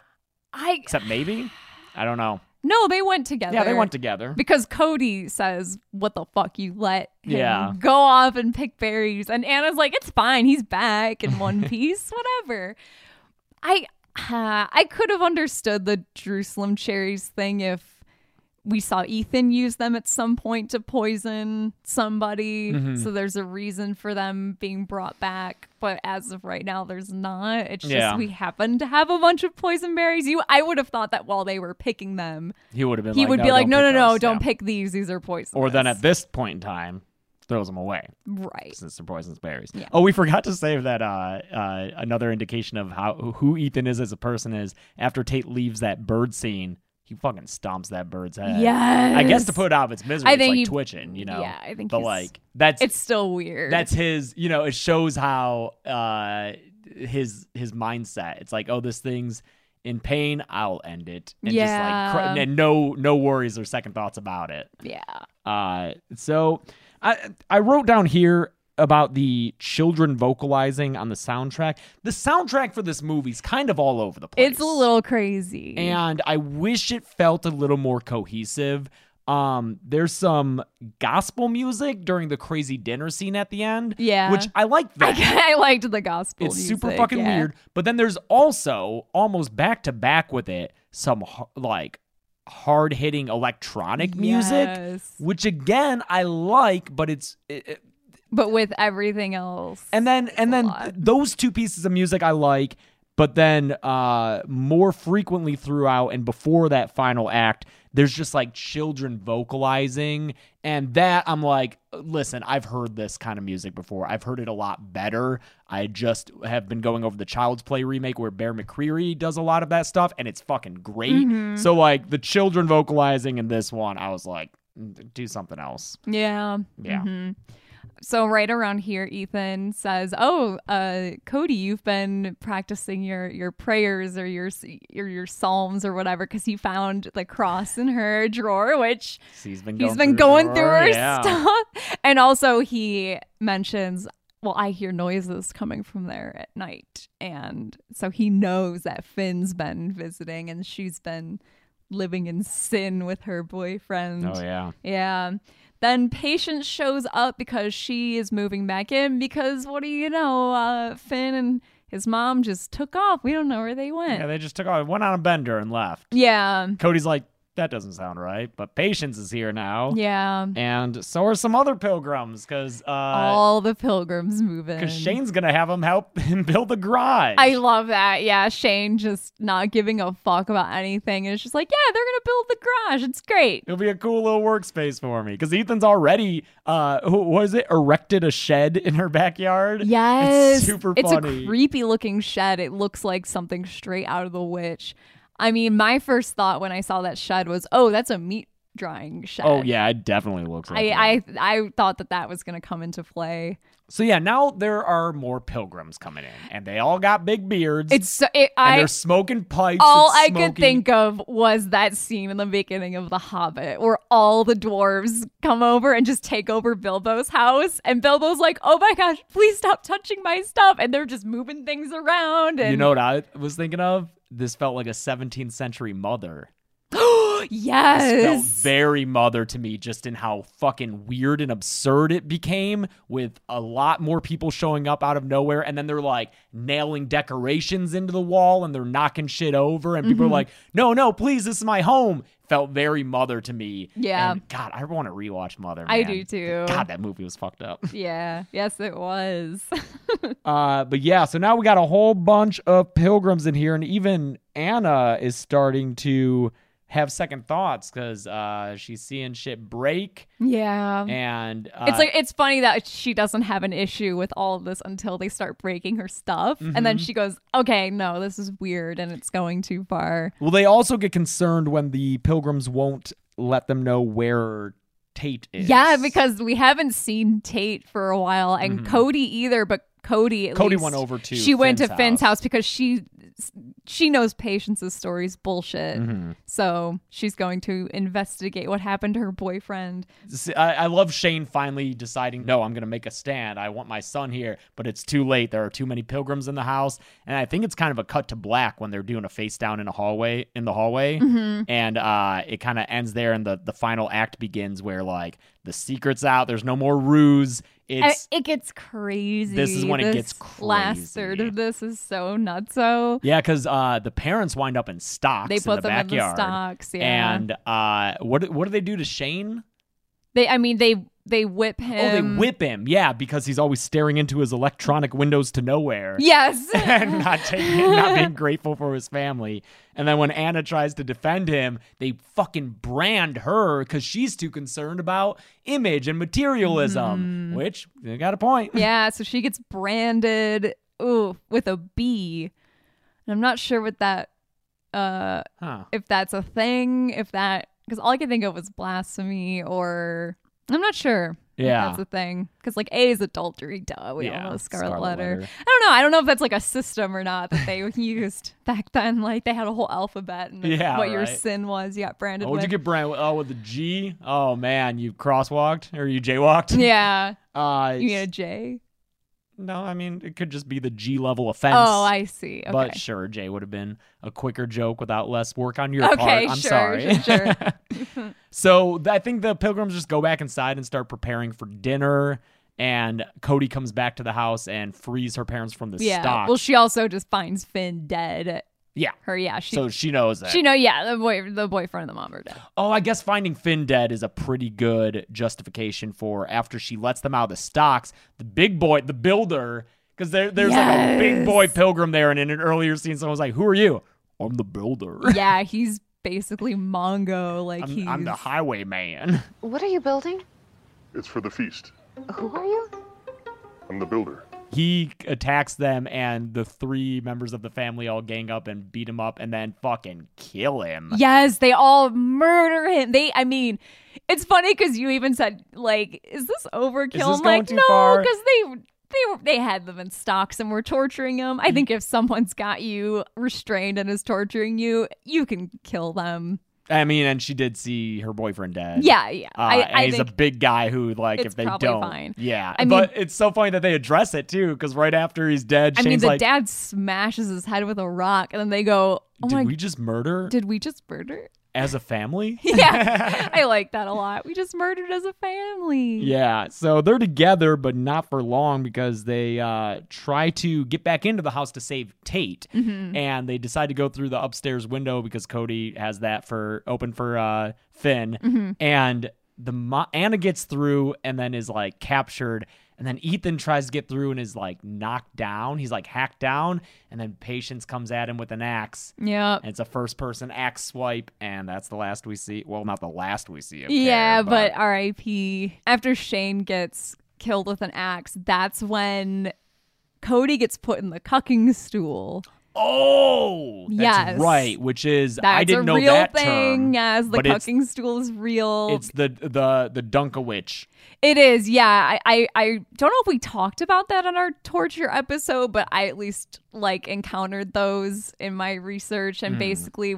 I Except maybe. I don't know. no, they went together. Yeah, they went together. because Cody says, "What the fuck? You let him Yeah. go off and pick berries?" And Anna's like, "It's fine. He's back in one piece. Whatever." I uh, I could have understood the Jerusalem cherries thing if we saw Ethan use them at some point to poison somebody. Mm-hmm. So there's a reason for them being brought back, but as of right now, there's not. It's just Yeah. we happen to have a bunch of poison berries. You, I would have thought that while they were picking them, He would have been he like, would no, be like, don't no, no, pick no, those." don't Yeah. pick these. These are poisonous. Or then at this point in time, throws him away right. since they're poisonous berries. Oh, we forgot to say that uh, uh, another indication of how who Ethan is as a person is after Tate leaves that bird scene, he fucking stomps that bird's head. Yes. I guess to put it out of its misery, I it's think like he- twitching, you know. yeah, I think But he's- like that's It's still weird. that's his you know it shows how uh his his mindset it's like oh this thing's in pain i'll end it and just like cr- Yeah. and no no worries or second thoughts about it yeah. uh so i i wrote down here about the children vocalizing on the soundtrack the soundtrack for this movie's kind of all over the place It's a little crazy. and I wish it felt a little more cohesive. Um, there's some gospel music during the crazy dinner scene at the end. Yeah. Which I like that. I liked the gospel. it's super music, fucking yeah. weird. But then there's also almost back to back with it some h- like hard hitting electronic music, Yes. which again I like, but it's it, it- But with everything else. and then and a then lot. th- those two pieces of music I like, but then uh more frequently throughout and before that final act, there's just like children vocalizing and that I'm like, listen, I've heard this kind of music before. I've heard it a lot better. I just have been going over the Child's Play remake where Bear McCreary does a lot of that stuff and it's fucking great. Mm-hmm. So like the children vocalizing in this one, I was like, "Mm, do something else. Yeah. Mm-hmm. Yeah. So right around here, Ethan says, "Oh, uh, Cody, you've been practicing your your prayers or your your, your psalms or whatever because he found the cross in her drawer, which He's been going He's been through going her- through her yeah. stuff. And also he mentions, well, I hear noises coming from there at night. And so he knows that Finn's been visiting and she's been living in sin with her boyfriend. Oh yeah. Yeah. Then Patience shows up because she is moving back in because what do you know? Uh, Finn and his mom just took off. We don't know where they went. Yeah, they just took off, went on a bender and left. yeah. Cody's like, that doesn't sound right. But Patience is here now. Yeah. And so are some other pilgrims because uh, All the pilgrims moving. because Shane's going to have him help him build a garage. I love that. Yeah, Shane just not giving a fuck about anything. It's just like, yeah, they're gonna build the garage. It's great. It'll be a cool little workspace for me because Ethan's already, uh, who was it, erected a shed in her backyard. Yes, it's super It's funny. a creepy looking shed. It looks like something straight out of The Witch. I mean, my first thought when I saw that shed was, oh, that's a meat drying shed. oh yeah, it definitely looks like. that. I, I I thought that that was gonna come into play. so yeah, now there are more pilgrims coming in, and they all got big beards. It's so- it, and I they're smoking pipes. all and I could smoking- think of was that scene in the beginning of The Hobbit where all the dwarves come over and just take over Bilbo's house, and Bilbo's like, "Oh my gosh, please stop touching my stuff!" And they're just moving things around. And You know what I was thinking of? This felt like a 17th century mother. This felt yes, very mother to me, just in how fucking weird and absurd it became, with a lot more people showing up out of nowhere, and then they're like nailing decorations into the wall and they're knocking shit over, and Mm-hmm. people are like, "No, no, please, this is my home." Felt very mother to me. Yeah. And God, I want to rewatch Mother. I man. do too. God, that movie was fucked up. yeah, yes, it was. Uh, but yeah, so now we got a whole bunch of pilgrims in here, and even Anna is starting to have second thoughts because uh, she's seeing shit break, yeah. and uh, Mm-hmm. it's like it's funny that she doesn't have an issue with all of this until they start breaking her stuff, and Mm-hmm. then she goes, "Okay, no, this is weird, and it's going too far." well, they also get concerned when the pilgrims won't let them know where Tate is. Yeah, because we haven't seen Tate for a while, and Cody either. But Cody, at Mm-hmm. Cody least, went over to she went to Finn's Finn's house. house because she she knows Patience's story's bullshit, Mm-hmm. so she's going to investigate what happened to her boyfriend. S- I, I love Shane finally deciding, no, I'm going to make a stand. I want my son here, but it's too late. There are too many pilgrims in the house. And I think it's kind of a cut to black when they're doing a face down in a hallway, in the hallway. Mm-hmm. And uh, it kind of ends there. And the, the final act begins where, like, the secret's out. There's no more ruse. And It's. it gets crazy. This is when it gets Last third crazy. of this is so nutso. yeah, because uh, the parents wind up in stocks. They in put the them in the backyard, stocks, yeah. And uh, what what do they do to Shane? They, I mean, they they whip him. Oh, they whip him. Yeah, because he's always staring into his electronic windows to nowhere. Yes. and not taking, not being grateful for his family. And then when Anna tries to defend him, they fucking brand her because she's too concerned about image and materialism, which they got a point. Mm. Yeah, so she gets branded ooh with a B. And I'm not sure what that uh Huh. if that's a thing, if that cuz all I could think of was blasphemy or I'm not sure. if Yeah. that's a thing. Because like A is adultery, duh. We Yeah, all know Scarlet, Scarlet letter. Letter. I don't know. I don't know if that's like a system or not that they used back then. Like they had a whole alphabet and like, Yeah, what your right. sin was. You got branded. Oh, would you with. get brand? Oh, with the G. Oh man, you crosswalked or you jaywalked? yeah, Uh, you mean a J? no, I mean it could just be the G level offense. Oh, I see. Okay. But sure, Jay would have been a quicker joke without less work on your Okay, part. I'm sure, sorry. sure, so th- I think the pilgrims just go back inside and start preparing for dinner. And Cody comes back to the house and frees her parents from the Yeah. stock. Well, she also just finds Finn dead. yeah. Her, yeah. She, so she knows that. she know, yeah. The boy, the boyfriend and the mom are dead. oh, I guess finding Finn dead is a pretty good justification for after she lets them out of the stocks, the big boy, the builder, because there, there's like a big boy pilgrim there. And in an earlier scene, someone was like, Who are you? I'm the builder. Yeah, he's basically Mongo. Like I'm, he's I'm the highwayman. What are you building? It's for the feast. Who are you? I'm the builder. he attacks them and the three members of the family all gang up and beat him up and then fucking kill him. Yes, they all murder him. They, I mean, it's funny because you even said like, "Is this Is overkill?" this I'm going like, too no, far?" because they they were they had them in stocks and were torturing them. Mm. I think if someone's got you restrained and is torturing you, you can kill them. I mean, and she did see her boyfriend dead. Yeah, yeah. Uh, I, and I he's think a big guy who, like, it's if they probably don't, fine. yeah. I but it's so funny that they address it too, because right after he's dead, I mean, Shane's the like, dad smashes his head with a rock, and then they go, "Oh "Did my, we just murder?" did we just murder?" as a family? yeah, I like that a lot. We just murdered as a family. Yeah, so they're together, but not for long because they uh, try to get back into the house to save Tate, Mm-hmm. and they decide to go through the upstairs window because Cody has that for open for uh, Finn, Mm-hmm. and the mo- Anna gets through and then is like captured, and then Ethan tries to get through and is like knocked down. He's like hacked down, and then Patience comes at him with an axe. Yeah. And it's a first person axe swipe, and that's the last we see. Well, not the last we see of Kara, Yeah, but RIP. After Shane gets killed with an axe, that's when Cody gets put in the cucking stool. Oh, that's Yes. right. Which is That's I didn't a know real that thing. term. yes, the but it's- cucking stool is real. It's, the the the Dunkowicz. It is, yeah. I, I, I don't know if we talked about that on our torture episode, but I at least like encountered those in my research. Hmm. And basically,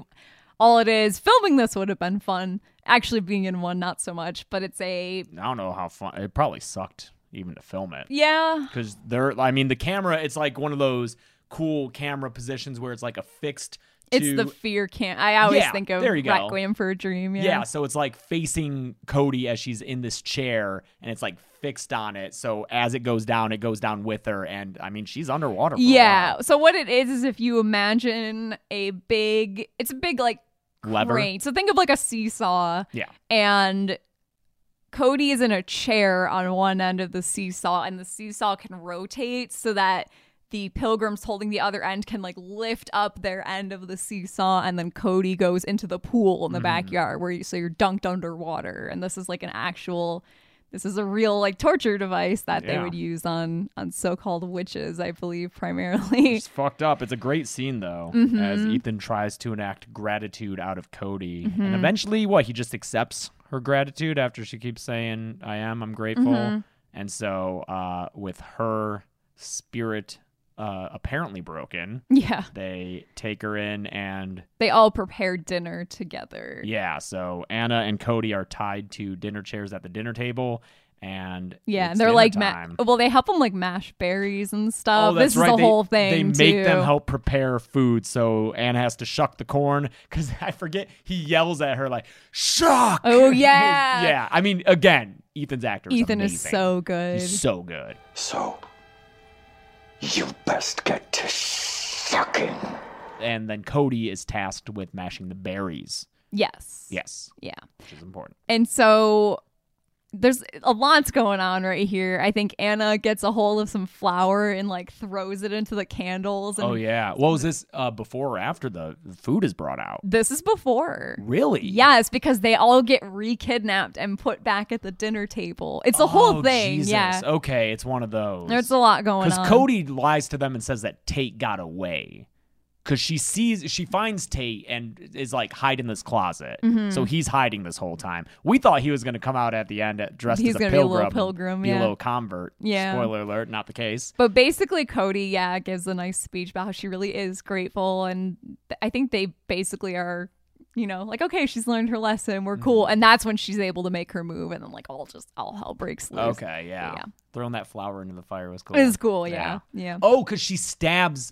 all it is filming this would have been fun. Actually, being in one, not so much, but it's a, I don't know how fun. It probably sucked even to film it yeah, because they're. I mean, the camera. It's like one of those cool camera positions where it's like a fixed. it's to- the fear camp. I always Yeah, think of there you go. Requiem for a Dream. Yeah. Yeah, so it's like facing Cody as she's in this chair and it's like fixed on it. So as it goes down, it goes down with her. And I mean, she's underwater. For a Yeah. while. So what it is is if you imagine a big, it's a big like Lever. crane. So think of like a seesaw. Yeah. and Cody is in a chair on one end of the seesaw, and the seesaw can rotate so that the pilgrims holding the other end can like lift up their end of the seesaw, and then Cody goes into the pool Mm-hmm. in the backyard where you, so you're dunked underwater, and this is like an actual. This is a real like torture device that they Yeah. would use on on so-called witches, I believe, primarily. It's fucked up. It's a great scene though, Mm-hmm. as Ethan tries to enact gratitude out of Cody, Mm-hmm. and eventually, what he just accepts her gratitude after she keeps saying, "I am. I'm grateful." Mm-hmm. And so, uh, with her spirit uh, apparently broken, Yeah, they take her in, and they all prepare dinner together. yeah, so Anna and Cody are tied to dinner chairs at the dinner table. And Yeah, it's and they're dinner like, ma- time. well, they help them like mash berries and stuff. Oh, that's this is right. the they, whole thing. They make them too. help prepare food, so Anne has to shuck the corn. Because I forget, he yells at her like "shuck." Oh, yeah. yeah. I mean, again, Ethan's actor. Is Ethan is amazing. so good. He's so good. So, you best get to sucking. And then Cody is tasked with mashing the berries. yes. Yes, Yeah. which is important. And so there's a lot's going on right here. I think Anna gets a hold of some flour and like throws it into the candles. And Oh yeah. What was this uh, before or after the food is brought out? This is before. Really? Yes, because they all get re-kidnapped and put back at the dinner table. It's the whole Oh, thing. Jesus. Yeah. Okay, it's one of those. There's a lot going on. Because Cody lies to them and says that Tate got away. Because she sees, she finds Tate and is like hide in this closet. Mm-hmm. So he's hiding this whole time. We thought he was going to come out at the end at, dressed He's as a gonna pilgrim. be a little pilgrim, be a yeah. little convert. Yeah. Spoiler alert, not the case. But basically, Cody, yeah, gives a nice speech about how she really is grateful. And th- I think they basically are, you know, like, okay, she's learned her lesson. We're Mm-hmm. cool. And that's when she's able to make her move. And then, like, all just, all hell breaks loose. Okay, yeah. Yeah. Throwing that flower into the fire was cool. It was cool. Yeah. Yeah. Oh, because she stabs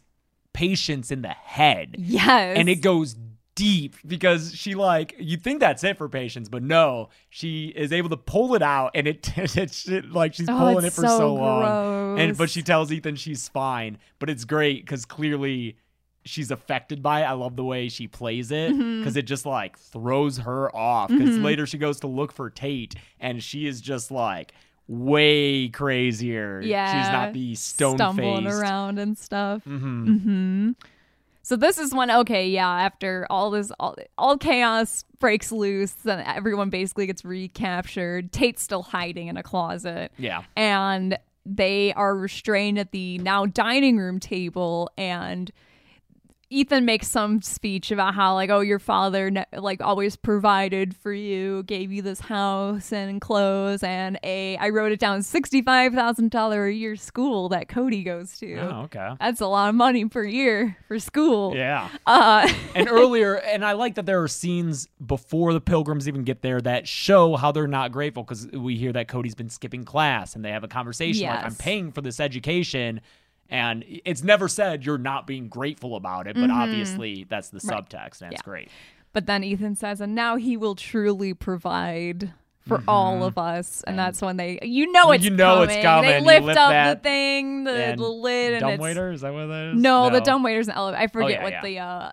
patience in the head. Yes. and it goes deep because she like you think that's it for patience but no she is able to pull it out and it it's like she's Oh, pulling it it's for so, so long and but gross. she tells ethan she's fine but it's great because clearly she's affected by it i love the way she plays it Mm-hmm. because it just like throws her off because later she goes to look for tate and she is just like way crazier she's Yeah. not the stone stumbling faced around and stuff. Mm-hmm. So this is when okay, yeah. After all this, all, all chaos breaks loose, and everyone basically gets recaptured. Tate's still hiding in a closet. Yeah. and they are restrained at the now dining room table and Ethan makes some speech about how like oh your father ne- like always provided for you, gave you this house and clothes and a I wrote it down sixty five thousand dollar a year school that Cody goes to. oh okay That's a lot of money per year for school. yeah Uh, and earlier, and I like that there are scenes before the pilgrims even get there that show how they're not grateful because we hear that Cody's been skipping class and they have a conversation like, I'm Yes. paying for this education. And Mm-hmm. it's never said you're not being grateful about it, but obviously that's the subtext and it's great. But then Ethan says, and now he will truly provide for all of us. And that's when they, you know, it's Mm-hmm. You know it's coming. coming. They You lift lift up the that thing, the, And the lid, and dumb it's- waiter? Is that what that is? No, the dumb waiter's an elevator. I forget Oh, yeah, what yeah. the uh,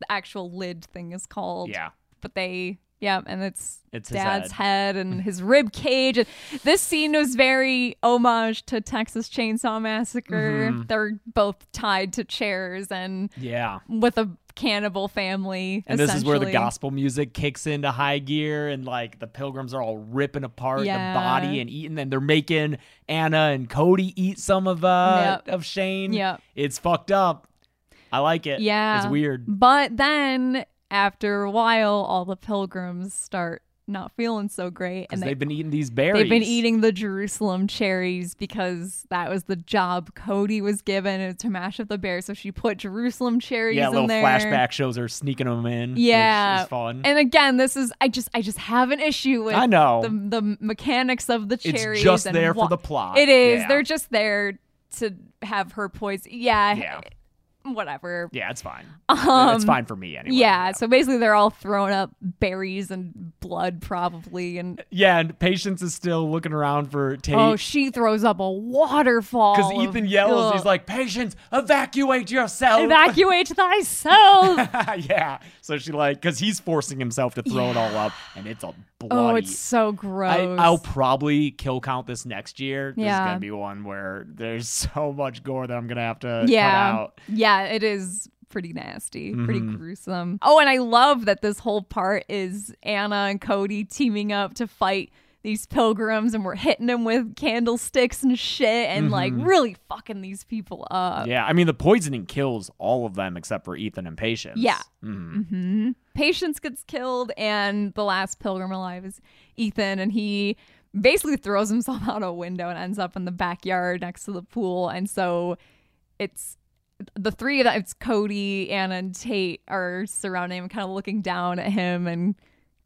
the actual lid thing is called. Yeah. but they, yeah, and it's It's his dad's head. and his rib cage. And This scene was very homage to Texas Chainsaw Massacre. Mm-hmm. They're both tied to chairs and Yeah. with a cannibal family. And this is where the essentially. gospel music kicks into high gear, and like the pilgrims are all ripping apart Yeah. the body and eating, and they're making Anna and Cody eat some of uh Yep. of Shane. Yep. it's fucked up. I like it. Yeah. it's weird. But then after a while, all the pilgrims start not feeling so great, Because and they, they have been eating these berries. They've been eating the Jerusalem cherries because that was the job Cody was given uh, to mash up the bear. So she put Jerusalem cherries Yeah, in little there. flashback shows her sneaking them in. Yeah, which is fun. And again, this is I just I just have an issue with I know. the the mechanics of the It's cherries. just and there for wha- the plot. It is. Yeah. They're just there to have her poison. Yeah. Yeah. Whatever. yeah, it's fine. it's fine for me anyway. Um, Yeah, so basically they're all throwing up berries and blood probably and yeah, and Patience is still looking around for Tate. oh she throws up a waterfall. because of- Ethan yells, Ugh. he's like, "Patience, evacuate yourself!" evacuate thyself. yeah. So she like, because he's forcing himself to throw it all up, and it's a bloody. oh, it's so gross. I, will probably kill count this next year. There's Yeah. gonna be one where there's so much gore that I'm gonna have to cut yeah, out. Mm-hmm. yeah, it is pretty nasty, pretty gruesome. Oh, and I love that this whole part is Anna and Cody teaming up to fight these pilgrims, and we're hitting them with candlesticks and shit, and like Mm-hmm. really fucking these people up. Yeah, I mean the poisoning kills all of them except for Ethan and Patience. Yeah. Mhm. hmm Patience gets killed, and the last pilgrim alive is Ethan, and he basically throws himself out a window and ends up in the backyard next to the pool. And so it's the three of that it's Cody, Anna, and Tate are surrounding him, kind of looking down at him, and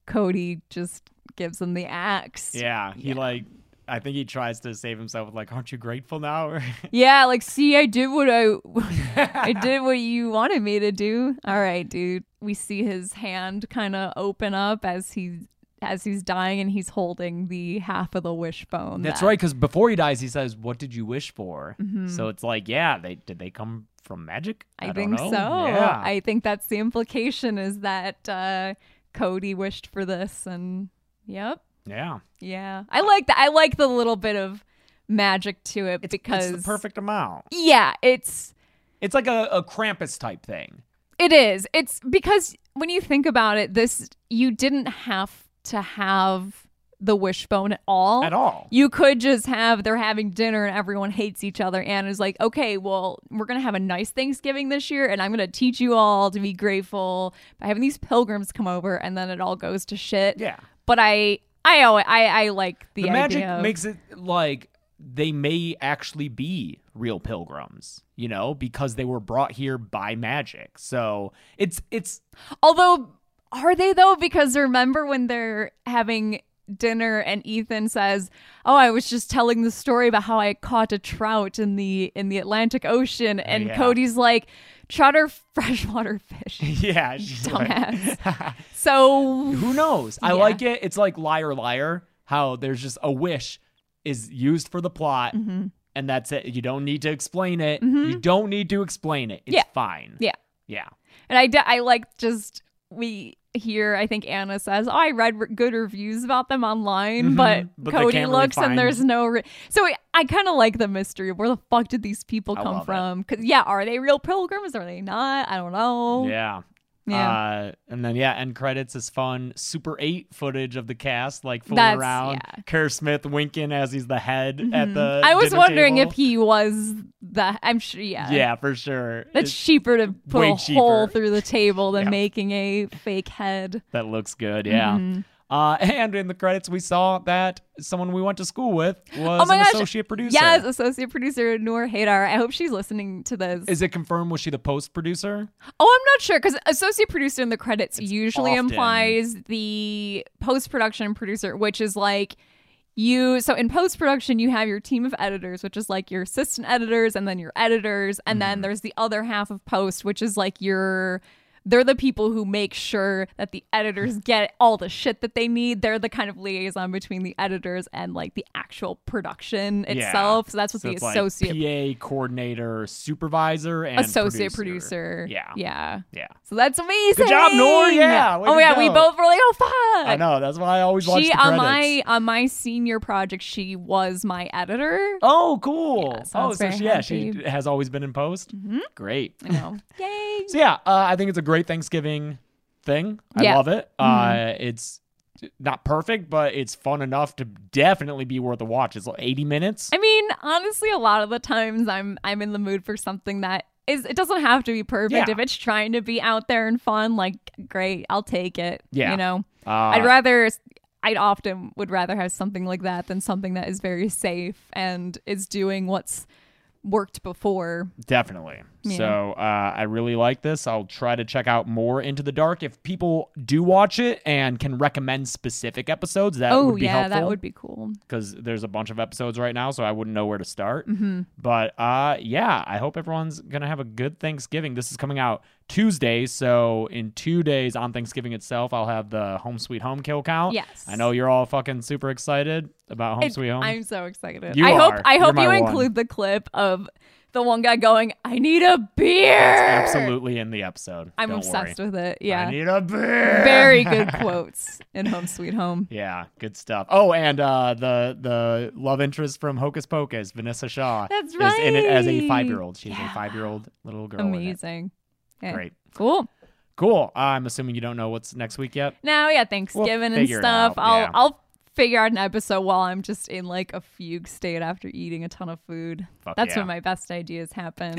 Cody just gives him the axe. Yeah. He like, I think he tries to save himself with like, "Aren't you grateful now?" Yeah, like see, I did what I I did what you wanted me to do. All right, dude. We see his hand kind of open up as he as he's dying and he's holding the half of the wishbone. That's that- right, because before he dies, he says, "What did you wish for?" So it's like, yeah, they did they come from magic? Mm-hmm. I, don't think know. so. Yeah. I think that's the implication is that uh Cody wished for this and yep. yeah. Yeah. I like that. I like the little bit of magic to it because it's the perfect amount. Yeah, it's It's like a, a Krampus type thing. It is. It's because when you think about it, this you didn't have to have the wishbone at all. At all. You could just have they're having dinner and everyone hates each other and is like, "Okay, well, we're going to have a nice Thanksgiving this year and I'm going to teach you all to be grateful by having these pilgrims come over and then it all goes to shit." Yeah. But I I always, I I like the, The, magic idea of- makes it like they may actually be real pilgrims, you know, because they were brought here by magic. So it's it's Although, are they though? Because remember when they're having dinner and Ethan says, "Oh, I was just telling the story about how I caught a trout in the in the Atlantic Ocean," and yeah. Cody's like, "Trout are freshwater fish." yeah. she's like- Dumbass. so who knows? I Yeah. like it. It's like liar liar. How there's just a wish is used for the plot, Mm-hmm. and that's it. You don't need to explain it. You don't need to explain it. It's Yeah. fine. yeah, Yeah. and I d- I like just we. Here, I think Anna says, "Oh, I read re- good reviews about them online, Mhm, but, but they Cody can't really looks and find- there's no." Re- so I, I kind of like the mystery of where the fuck did these people I come love it. from? Because yeah, are they real pilgrims? Are they not? I don't know. Yeah. Yeah. Uh, and then yeah, end credits is fun. Super eight footage of the cast like fooling That's- around. yeah. Mm-hmm. Kerr Smith winking as he's the head at the. I was dinner wondering if table. he was the. I'm sure. Yeah. Yeah, for sure. That's It- cheaper to put way a hole cheaper. through the table than Yeah. making a fake head. that looks good. Yeah. Mm-hmm. Uh, and in the credits, we saw that someone we went to school with was oh my an gosh! associate producer. Yes, associate producer Noor Hadar. I hope she's listening to this. Is it confirmed? Was she the post producer? Oh, I'm not sure because associate producer in the credits usually often- implies the post production producer, which is like you. So in post production, you have your team of editors, which is like your Mm-hmm. assistant editors and then your editors. And then there's the other half of post, which is like your They're the people who make sure that the editors get all the shit that they need. They're the kind of liaison between the editors and like the actual production Yeah. itself. So that's what the it's like associate PA coordinator, supervisor, and associate producer. Yeah. Yeah. Yeah. So that's amazing. job, Nor. Yeah. Way Oh to my god, we go. both were like, oh fuck. I know. That's why I always watch She the on credits. my on my senior project, she was my editor. Oh, cool. so I oh, was so very she, yeah, she happy. Mm-hmm. has always been in post. Great. You know. Yay. So yeah, uh, I think it's a great Thanksgiving thing. I Yeah. Mm-hmm. love it. Uh, it's not perfect, but it's fun enough to definitely be worth a watch. It's like 80 minutes. I mean, honestly, a lot of the times I'm I'm in the mood for something that is it doesn't have to be perfect. Yeah. If it's trying to be out there and fun, like great, I'll take it. Yeah. You know? Uh, I'd rather I'd often would rather have something like that than something that is very safe and is doing what's worked before. Definitely. Yeah. So uh, I really like this. I'll try to check out more Into the Dark if people do watch it and can recommend specific episodes. That oh would be yeah, helpful that would be cool. because there's a bunch of episodes right now, so I wouldn't know where to start. Mm-hmm. But uh, yeah, I hope everyone's gonna have a good Thanksgiving. This is coming out Tuesday, so in two days on Thanksgiving itself, I'll have the Home Sweet Home kill count. Yes. I know you're all fucking super excited about Home It- Sweet Home. I'm so excited. You I are. hope I You're hope my you one. include the clip of the one guy going, "I need a beer." Absolutely in the episode. I'm Don't obsessed worry. with it. I Yeah. need a beer. Very good quotes in Home Sweet Home. Yeah, good stuff. Oh, and uh, the the love interest from Hocus Pocus, Vanessa Shaw, That's is in it as a right. five year old. She's a five year old little girl. in it. Amazing. Yeah. Great. Cool. Cool. I'm assuming you don't know what's next week yet. Now, yeah, Thanksgiving and figure it stuff. out, I'll yeah. I'll figure out an episode while I'm just in like a fugue state after eating a ton of food. Fuck That's yeah. when my best ideas happen.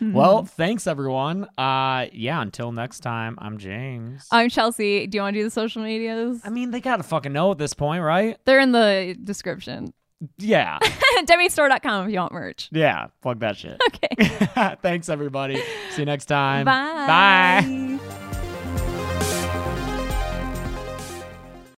Well, thanks everyone. Uh, yeah. Until next time, I'm James. I'm Chelsea. Do you want to do the social medias? I mean, they gotta fucking know at this point, right? They're in the description. Yeah. Demistore.com if you want merch. yeah. Plug that shit. Okay. thanks everybody. See you next time. Bye. Bye.